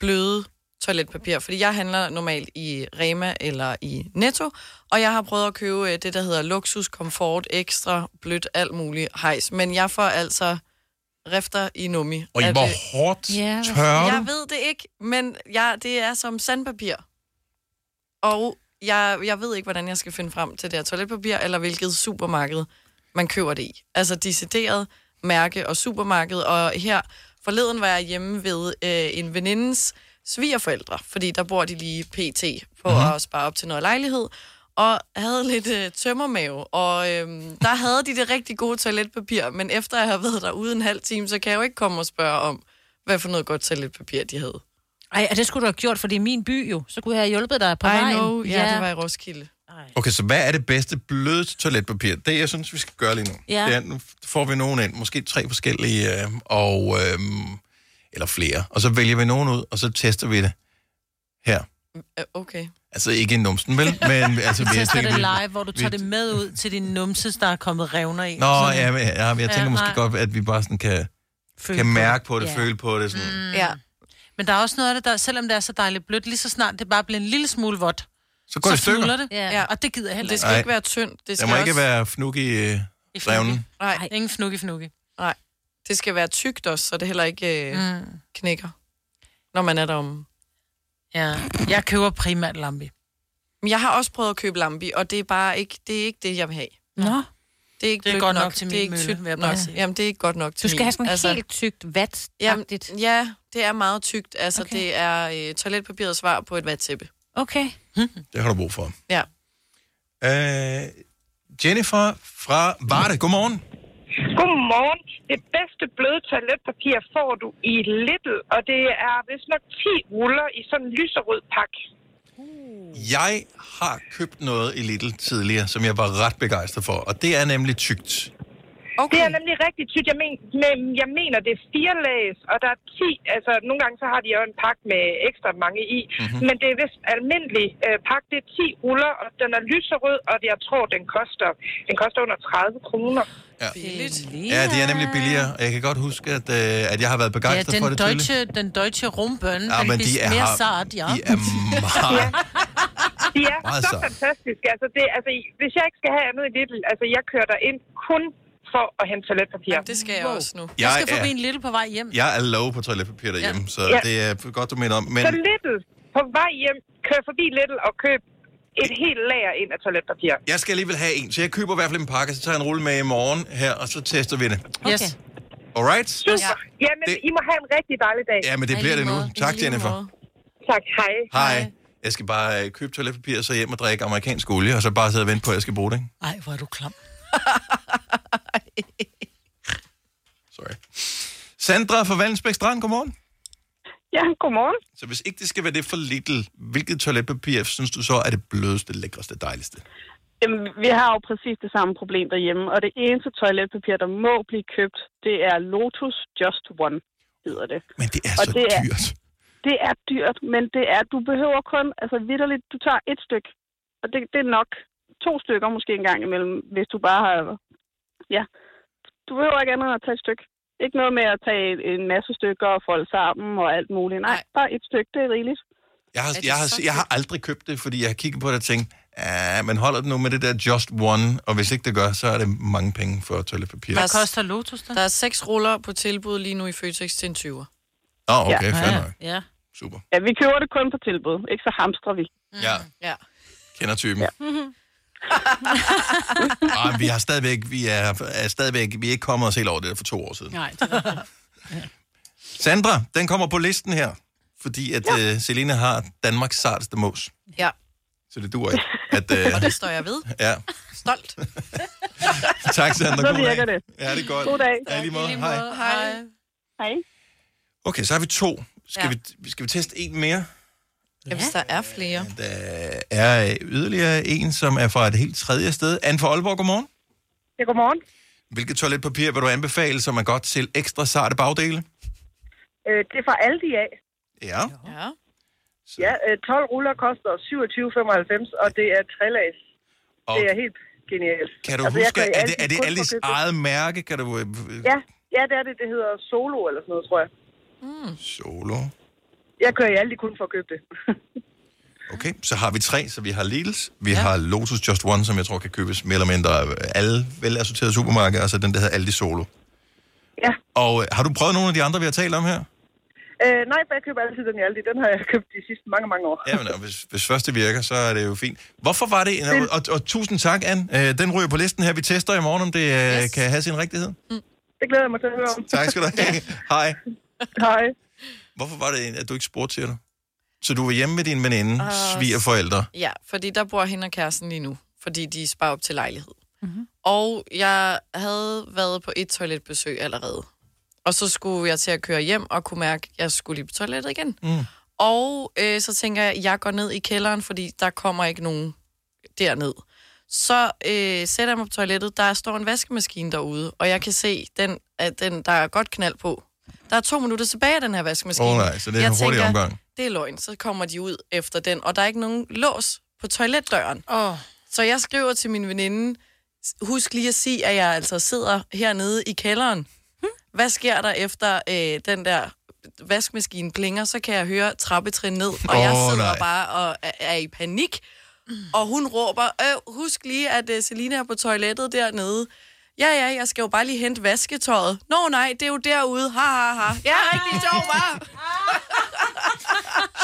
Speaker 3: bløde toiletpapir. Fordi jeg handler normalt i Rema eller i Netto. Og jeg har prøvet at købe øh, det, der hedder luksus, komfort, ekstra, blødt, alt muligt hejs. Men jeg får altså rifter i nummi.
Speaker 2: Og
Speaker 3: af
Speaker 2: hvor
Speaker 3: det.
Speaker 2: hårdt yeah, tørrer
Speaker 3: Jeg
Speaker 2: du?
Speaker 3: ved det ikke, men jeg, det er som sandpapir. Og jeg, jeg ved ikke, hvordan jeg skal finde frem til det her toiletpapir, eller hvilket supermarked man køber det i. Altså decideret mærke og supermarked. Og her forleden var jeg hjemme ved øh, en venindes svigerforældre, fordi der bor de lige pt. på
Speaker 26: Mhm.
Speaker 3: mm-hmm. at spare op til noget lejlighed, og havde lidt øh, tømmermave. Og øh, der havde de det rigtig gode toiletpapir, men efter jeg havde været derude en halv time, så kan jeg jo ikke komme og spørge om, hvad for noget godt toiletpapir de havde.
Speaker 4: Ej, og det skulle du have gjort, for det er min by jo. Så kunne jeg have hjulpet dig på
Speaker 3: I
Speaker 4: vejen.
Speaker 3: know, ja, det var i Roskilde.
Speaker 2: Okay, så hvad er det bedste bløde toiletpapir? Det, jeg synes, vi skal gøre lige nu.
Speaker 3: Ja.
Speaker 2: Det er, nu får vi nogen ind, måske tre forskellige, øh, og, øh, eller flere. Og så vælger vi nogen ud, og så tester vi det her.
Speaker 3: Øh, Okay.
Speaker 2: Altså ikke i numsen, vel? Men altså,
Speaker 1: vi
Speaker 2: jeg
Speaker 1: tester
Speaker 2: tænker,
Speaker 1: det
Speaker 2: vi-
Speaker 1: live, hvor du tager
Speaker 2: vi-
Speaker 1: det med ud til din numses, der er kommet revner i.
Speaker 2: Nå, ja, men, ja, men jeg tænker
Speaker 1: Ja,
Speaker 2: ja, måske
Speaker 1: nej.
Speaker 2: godt, at vi bare sådan kan,
Speaker 1: Føle
Speaker 2: kan
Speaker 1: på
Speaker 2: mærke
Speaker 1: det.
Speaker 2: på det,
Speaker 1: Ja.
Speaker 2: føle på det. Sådan. Mm.
Speaker 1: Ja. Men der er også noget af det, der, selvom det er så dejligt blødt, lige så snart det bare bliver en lille smule vådt,
Speaker 2: Så går det i stykker.
Speaker 1: fnuller det.
Speaker 3: Ja.
Speaker 1: Ja. Og det gider jeg heller
Speaker 3: Det skal
Speaker 2: Nej.
Speaker 3: ikke være tyndt. Det
Speaker 2: Det
Speaker 3: skal
Speaker 2: der må
Speaker 3: også...
Speaker 2: ikke være fnug i øh, revnen.
Speaker 3: Nej, Nej. ingen fnukke fnukke. Nej, det skal være tykt også, så det heller ikke øh, mm. knækker, når man er derom. Ja, jeg køber primært lambi. Men jeg har også prøvet at købe lambi, og det er bare ikke det, er ikke det jeg vil have.
Speaker 4: Nå.
Speaker 3: Det er ikke
Speaker 1: Det er
Speaker 3: blødt
Speaker 1: godt nok til min
Speaker 3: det er ikke
Speaker 1: mølle,
Speaker 3: tykt
Speaker 1: vil jeg
Speaker 3: nok.
Speaker 1: bare sige.
Speaker 3: Jamen, det er ikke godt nok til
Speaker 4: Du skal
Speaker 3: min.
Speaker 4: have sådan altså... helt tygt vat.
Speaker 3: jamen, Ja, det er meget tykt. Altså, okay. det er øh, toiletpapirets svar på et vattæppe.
Speaker 4: Okay.
Speaker 2: Det har du brug for.
Speaker 3: Ja.
Speaker 2: Øh, Jennifer fra Varde, godmorgen.
Speaker 26: Godmorgen. Det bedste bløde toiletpapir får du i Little, og det er vist nok 10 ruller i sådan en lyserød pakke.
Speaker 2: Jeg har købt noget i Lidl tidligere, som jeg var ret begejstret for, og det er nemlig tykt.
Speaker 26: Okay. Det er nemlig rigtig tykt. Jeg, men, men, jeg mener, det er fire lags, og der er 10. Altså, nogle gange så har de jo en pakke med ekstra mange i.
Speaker 2: Mhm.
Speaker 26: Mm-hmm. Men det er vist almindelig øh, pakke. Det er 10 ruller, og den er lyserød, og jeg tror, den koster, den koster under 30 kroner.
Speaker 2: Ja.
Speaker 1: Billigt.
Speaker 2: Ja, det er nemlig billigere, og jeg kan godt huske, at, øh, at jeg har været
Speaker 1: Ja,
Speaker 2: begejstret for
Speaker 1: den
Speaker 2: det
Speaker 1: deutsche,
Speaker 2: tidligere.
Speaker 1: den deutsche rumbønne,
Speaker 2: Ja,
Speaker 1: ja, den
Speaker 2: men
Speaker 1: de
Speaker 2: de er-
Speaker 1: mere sart, ja.
Speaker 2: de er meget-
Speaker 26: De er
Speaker 2: Meget
Speaker 26: så
Speaker 2: sejt.
Speaker 26: fantastiske. Altså, det, altså, i- hvis jeg ikke skal have andet i Lidl, altså, jeg kører der ind kun for at hente toiletpapir. Jamen,
Speaker 3: det skal jeg også nu.
Speaker 1: Jeg
Speaker 2: Jeg
Speaker 1: skal forbi
Speaker 2: er-
Speaker 1: en lille på vej hjem.
Speaker 2: Jeg er low på toiletpapir derhjemme,
Speaker 1: Ja.
Speaker 2: ja. så
Speaker 26: Ja.
Speaker 2: det er godt, du mener om. Men
Speaker 26: Så Lidl, på vej hjem, kør forbi Lidl og køb et helt lager ind af toiletpapir.
Speaker 2: jeg skal alligevel have en, så jeg køber i hvert fald en pakke, så tager jeg en rulle med i morgen her, og så tester vi det.
Speaker 26: Yes.
Speaker 2: Alright?
Speaker 26: Super. Ja, men
Speaker 2: Det-
Speaker 26: I må have en rigtig dejlig dag.
Speaker 2: Ja, men det bliver det nu. Tak, Jennifer.
Speaker 26: Tak, hej.
Speaker 2: Hej. Jeg skal bare øh, købe toiletpapir, og så hjem og drikke amerikansk olie, og så bare sidde og vente på, at jeg skal bruge det. ikke?
Speaker 1: Ej, hvor er du klam.
Speaker 2: Sandra fra Vallensbæk Strand, godmorgen.
Speaker 8: Ja, godmorgen.
Speaker 2: Så hvis ikke det skal være det for Lidl, hvilket toiletpapir synes du så er det blødeste, lækreste, dejligste?
Speaker 8: Jamen, vi har jo præcis det samme problem derhjemme, og det eneste toiletpapir, der må blive købt, det er Lotus Just One, hedder det.
Speaker 2: Men det er
Speaker 8: og
Speaker 2: så
Speaker 8: det er,
Speaker 2: dyrt.
Speaker 8: Det er dyrt, men det er, du behøver kun, altså vidderligt, du tager et stykke, og det, det er nok to stykker måske en gang imellem, hvis du bare har, ja, du behøver ikke andet end at tage et stykke. Ikke noget med at tage en- en masse stykker og folde sammen og alt muligt. Nej, bare et stykke, det er rigeligt.
Speaker 2: Jeg har, jeg, har, jeg har aldrig købt det, fordi jeg har kigget på det og tænkt, ja, men holder det nu med det der Just One, og hvis ikke det gør, så er det mange penge for toiletpapir.
Speaker 3: Der er-
Speaker 1: koster Lotus, da?
Speaker 3: Der er seks ruller på tilbud lige nu i Føtex til en 20'er.
Speaker 2: Nå, okay, fair nok.
Speaker 1: Ja.
Speaker 2: Super.
Speaker 8: Ja, vi køber det kun på tilbud, ikke så hamstrer vi.
Speaker 1: Mm.
Speaker 2: Ja,
Speaker 3: Ja.
Speaker 2: kender typen. Ja. Ej, vi har stadigvæk, vi er, er stadigvæk, vi er ikke kommet os helt over det der for to år siden.
Speaker 1: Nej,
Speaker 2: Sandra, den kommer på listen her, fordi at ja. uh, Selina har Danmarks sarteste mos.
Speaker 3: Ja.
Speaker 2: Så det duer ikke. At,
Speaker 3: Og
Speaker 2: uh,
Speaker 3: det står jeg ved.
Speaker 2: ja.
Speaker 3: Stolt.
Speaker 2: Tak, Sandra.
Speaker 8: Så
Speaker 2: God
Speaker 8: virker
Speaker 2: dag.
Speaker 8: det.
Speaker 2: Ja, det er godt.
Speaker 8: God dag.
Speaker 2: Ja, i lige måde. Hej.
Speaker 3: Hej.
Speaker 8: Hej.
Speaker 2: Okay, så har vi to. Skal,
Speaker 3: Ja.
Speaker 2: ja. vi, skal vi teste en mere?
Speaker 3: Ja, hvis der er flere.
Speaker 2: Der er yderligere en, som er fra et helt tredje sted. Anne fra Aalborg, godmorgen.
Speaker 8: Ja, godmorgen.
Speaker 2: Hvilket toiletpapir vil du anbefale, som er godt til ekstra sarte bagdele?
Speaker 8: Øh, det er fra Aldi af.
Speaker 2: Ja.
Speaker 3: Ja.
Speaker 8: Ja, øh, 12 ruller koster 27,95, og det er trælags.
Speaker 2: Og
Speaker 8: Det er helt genialt.
Speaker 2: Kan du
Speaker 8: Altså,
Speaker 2: altså,
Speaker 8: jeg
Speaker 2: huske,
Speaker 8: går i
Speaker 2: er det,
Speaker 8: Aldi
Speaker 2: er det
Speaker 8: kun
Speaker 2: Alice
Speaker 8: for køkken.
Speaker 2: eget mærke? Kan du... øh, øh,
Speaker 8: Ja, ja, det er det. Det hedder Solo eller sådan noget, tror jeg. Mm.
Speaker 2: Solo.
Speaker 8: Jeg kører i Aldi kun for at købe det.
Speaker 2: Okay, så har vi tre. Så vi har Lidl's, vi har Lotus Just One, som jeg tror kan købes mere eller mindre af alle velassorterede supermarkeder, og så den, der hedder Aldi Solo.
Speaker 8: Ja.
Speaker 2: Og øh, har du prøvet nogle af de andre, vi har talt om her?
Speaker 8: Øh, nej, for jeg køber altid den i Aldi. Den har jeg købt de sidste mange, mange år.
Speaker 2: Jamen, og hvis, hvis først det virker, så er det jo fint. Hvorfor var det... Og, og, og tusind tak, Anne. Øh, den ryger på listen her. Vi tester i morgen, om det yes. kan have sin rigtighed.
Speaker 8: Det glæder jeg mig til at høre om.
Speaker 2: Tak skal du have. Hej.
Speaker 8: Hej.
Speaker 2: Hvorfor var det, at du ikke spurgte til dig? Så du var hjemme med din veninde,
Speaker 3: Og-
Speaker 2: svigerforældre.
Speaker 3: Ja, fordi der bor hende og kæresten lige nu, fordi de sparer op til lejlighed.
Speaker 2: Mhm.
Speaker 3: Mm-hmm. Og jeg havde været på et toiletbesøg allerede. Og så skulle jeg til at køre hjem og kunne mærke, at jeg skulle lige på toilettet igen.
Speaker 24: Mm.
Speaker 3: Og øh, så tænker jeg, at jeg går ned i kælderen, fordi der kommer ikke nogen derned. Så øh, sætter jeg mig på toilettet, der står en vaskemaskine derude, og jeg kan se, den, at den, der er godt knald på. Der er to minutter tilbage af den her vaskemaskine.
Speaker 2: Åh nej, så det er en hurtig omgang.
Speaker 3: det er løgn. Så kommer de ud efter den, og der er ikke nogen lås på toiletdøren.
Speaker 1: Oh.
Speaker 3: Så jeg skriver til min veninde, husk lige at sige, at jeg altså sidder hernede i kælderen. Hvad sker der efter øh, den der vaskemaskine klinger, så kan jeg høre trappetrin ned, og jeg
Speaker 24: Åh,
Speaker 3: sidder
Speaker 24: nej.
Speaker 3: bare og er, er i panik. Og hun råber, øh, husk lige, at øh, Selina er på toilettet dernede. Ja, ja, jeg skal jo bare lige hente vasketøjet. Nå nej, det er jo derude. Ha, ha, ha. Jeg har ikke lige sjov, hva'?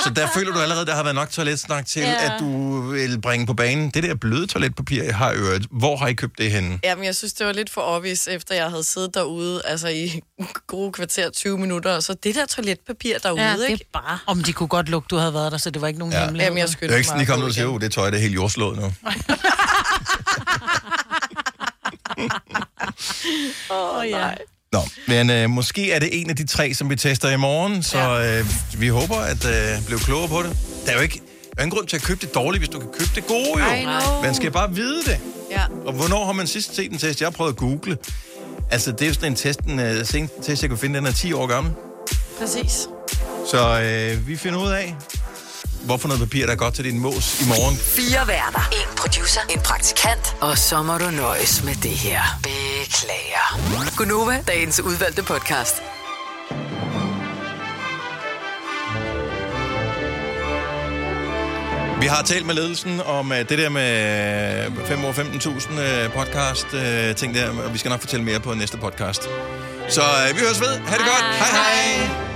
Speaker 2: Så der føler du allerede, der har været nok toiletsnak til,
Speaker 3: Ja.
Speaker 2: ja. at du vil bringe på banen. Det der bløde toiletpapir, jeg har i øvrigt, hvor har I købt det henne?
Speaker 3: Jamen, jeg synes, det var lidt for obvious, efter jeg havde siddet derude, altså i gode kvarter, 20 minutter, og så det der toiletpapir derude,
Speaker 1: Ja, det er
Speaker 3: ikke? bare.
Speaker 1: Om de kunne godt lugte, du havde været der, så det var ikke nogen ja. hemmelighed.
Speaker 3: Jamen, jeg
Speaker 2: Det er
Speaker 3: skyndte
Speaker 2: jo ikke sådan, de
Speaker 3: mig.
Speaker 2: kommer ud og siger, at det tøj det er helt jordslået nu.
Speaker 8: Åh, oh, nej.
Speaker 2: Nå, men øh, måske er det en af de tre, som vi tester i morgen, så øh, vi håber at øh, blive klogere på det. Der er jo ikke der er ingen grund til at købe det dårlige, hvis du kan købe det gode
Speaker 3: I
Speaker 2: jo.
Speaker 3: know.
Speaker 2: Man skal bare vide det.
Speaker 3: Ja.
Speaker 2: Og hvornår har man sidst set en test? Jeg har prøvet at google. Altså, det er jo sådan en test, den øh, seneste test, jeg kunne finde, den er 10 år gammel.
Speaker 3: Præcis.
Speaker 2: Så øh, vi finder ud af, hvorfor noget papir, der er godt til din mås i morgen.
Speaker 5: Fire værter. En producer. En praktikant. Og så må du nøjes med det her. Beklager. Gunova, dagens udvalgte podcast.
Speaker 2: Vi har talt med ledelsen om uh, det der med øh, 5 år 15.000 uh, podcast uh, øh, ting der, og vi skal nok fortælle mere på næste podcast. Så uh, vi høres ved. Ha' det godt. Hej hej. hej.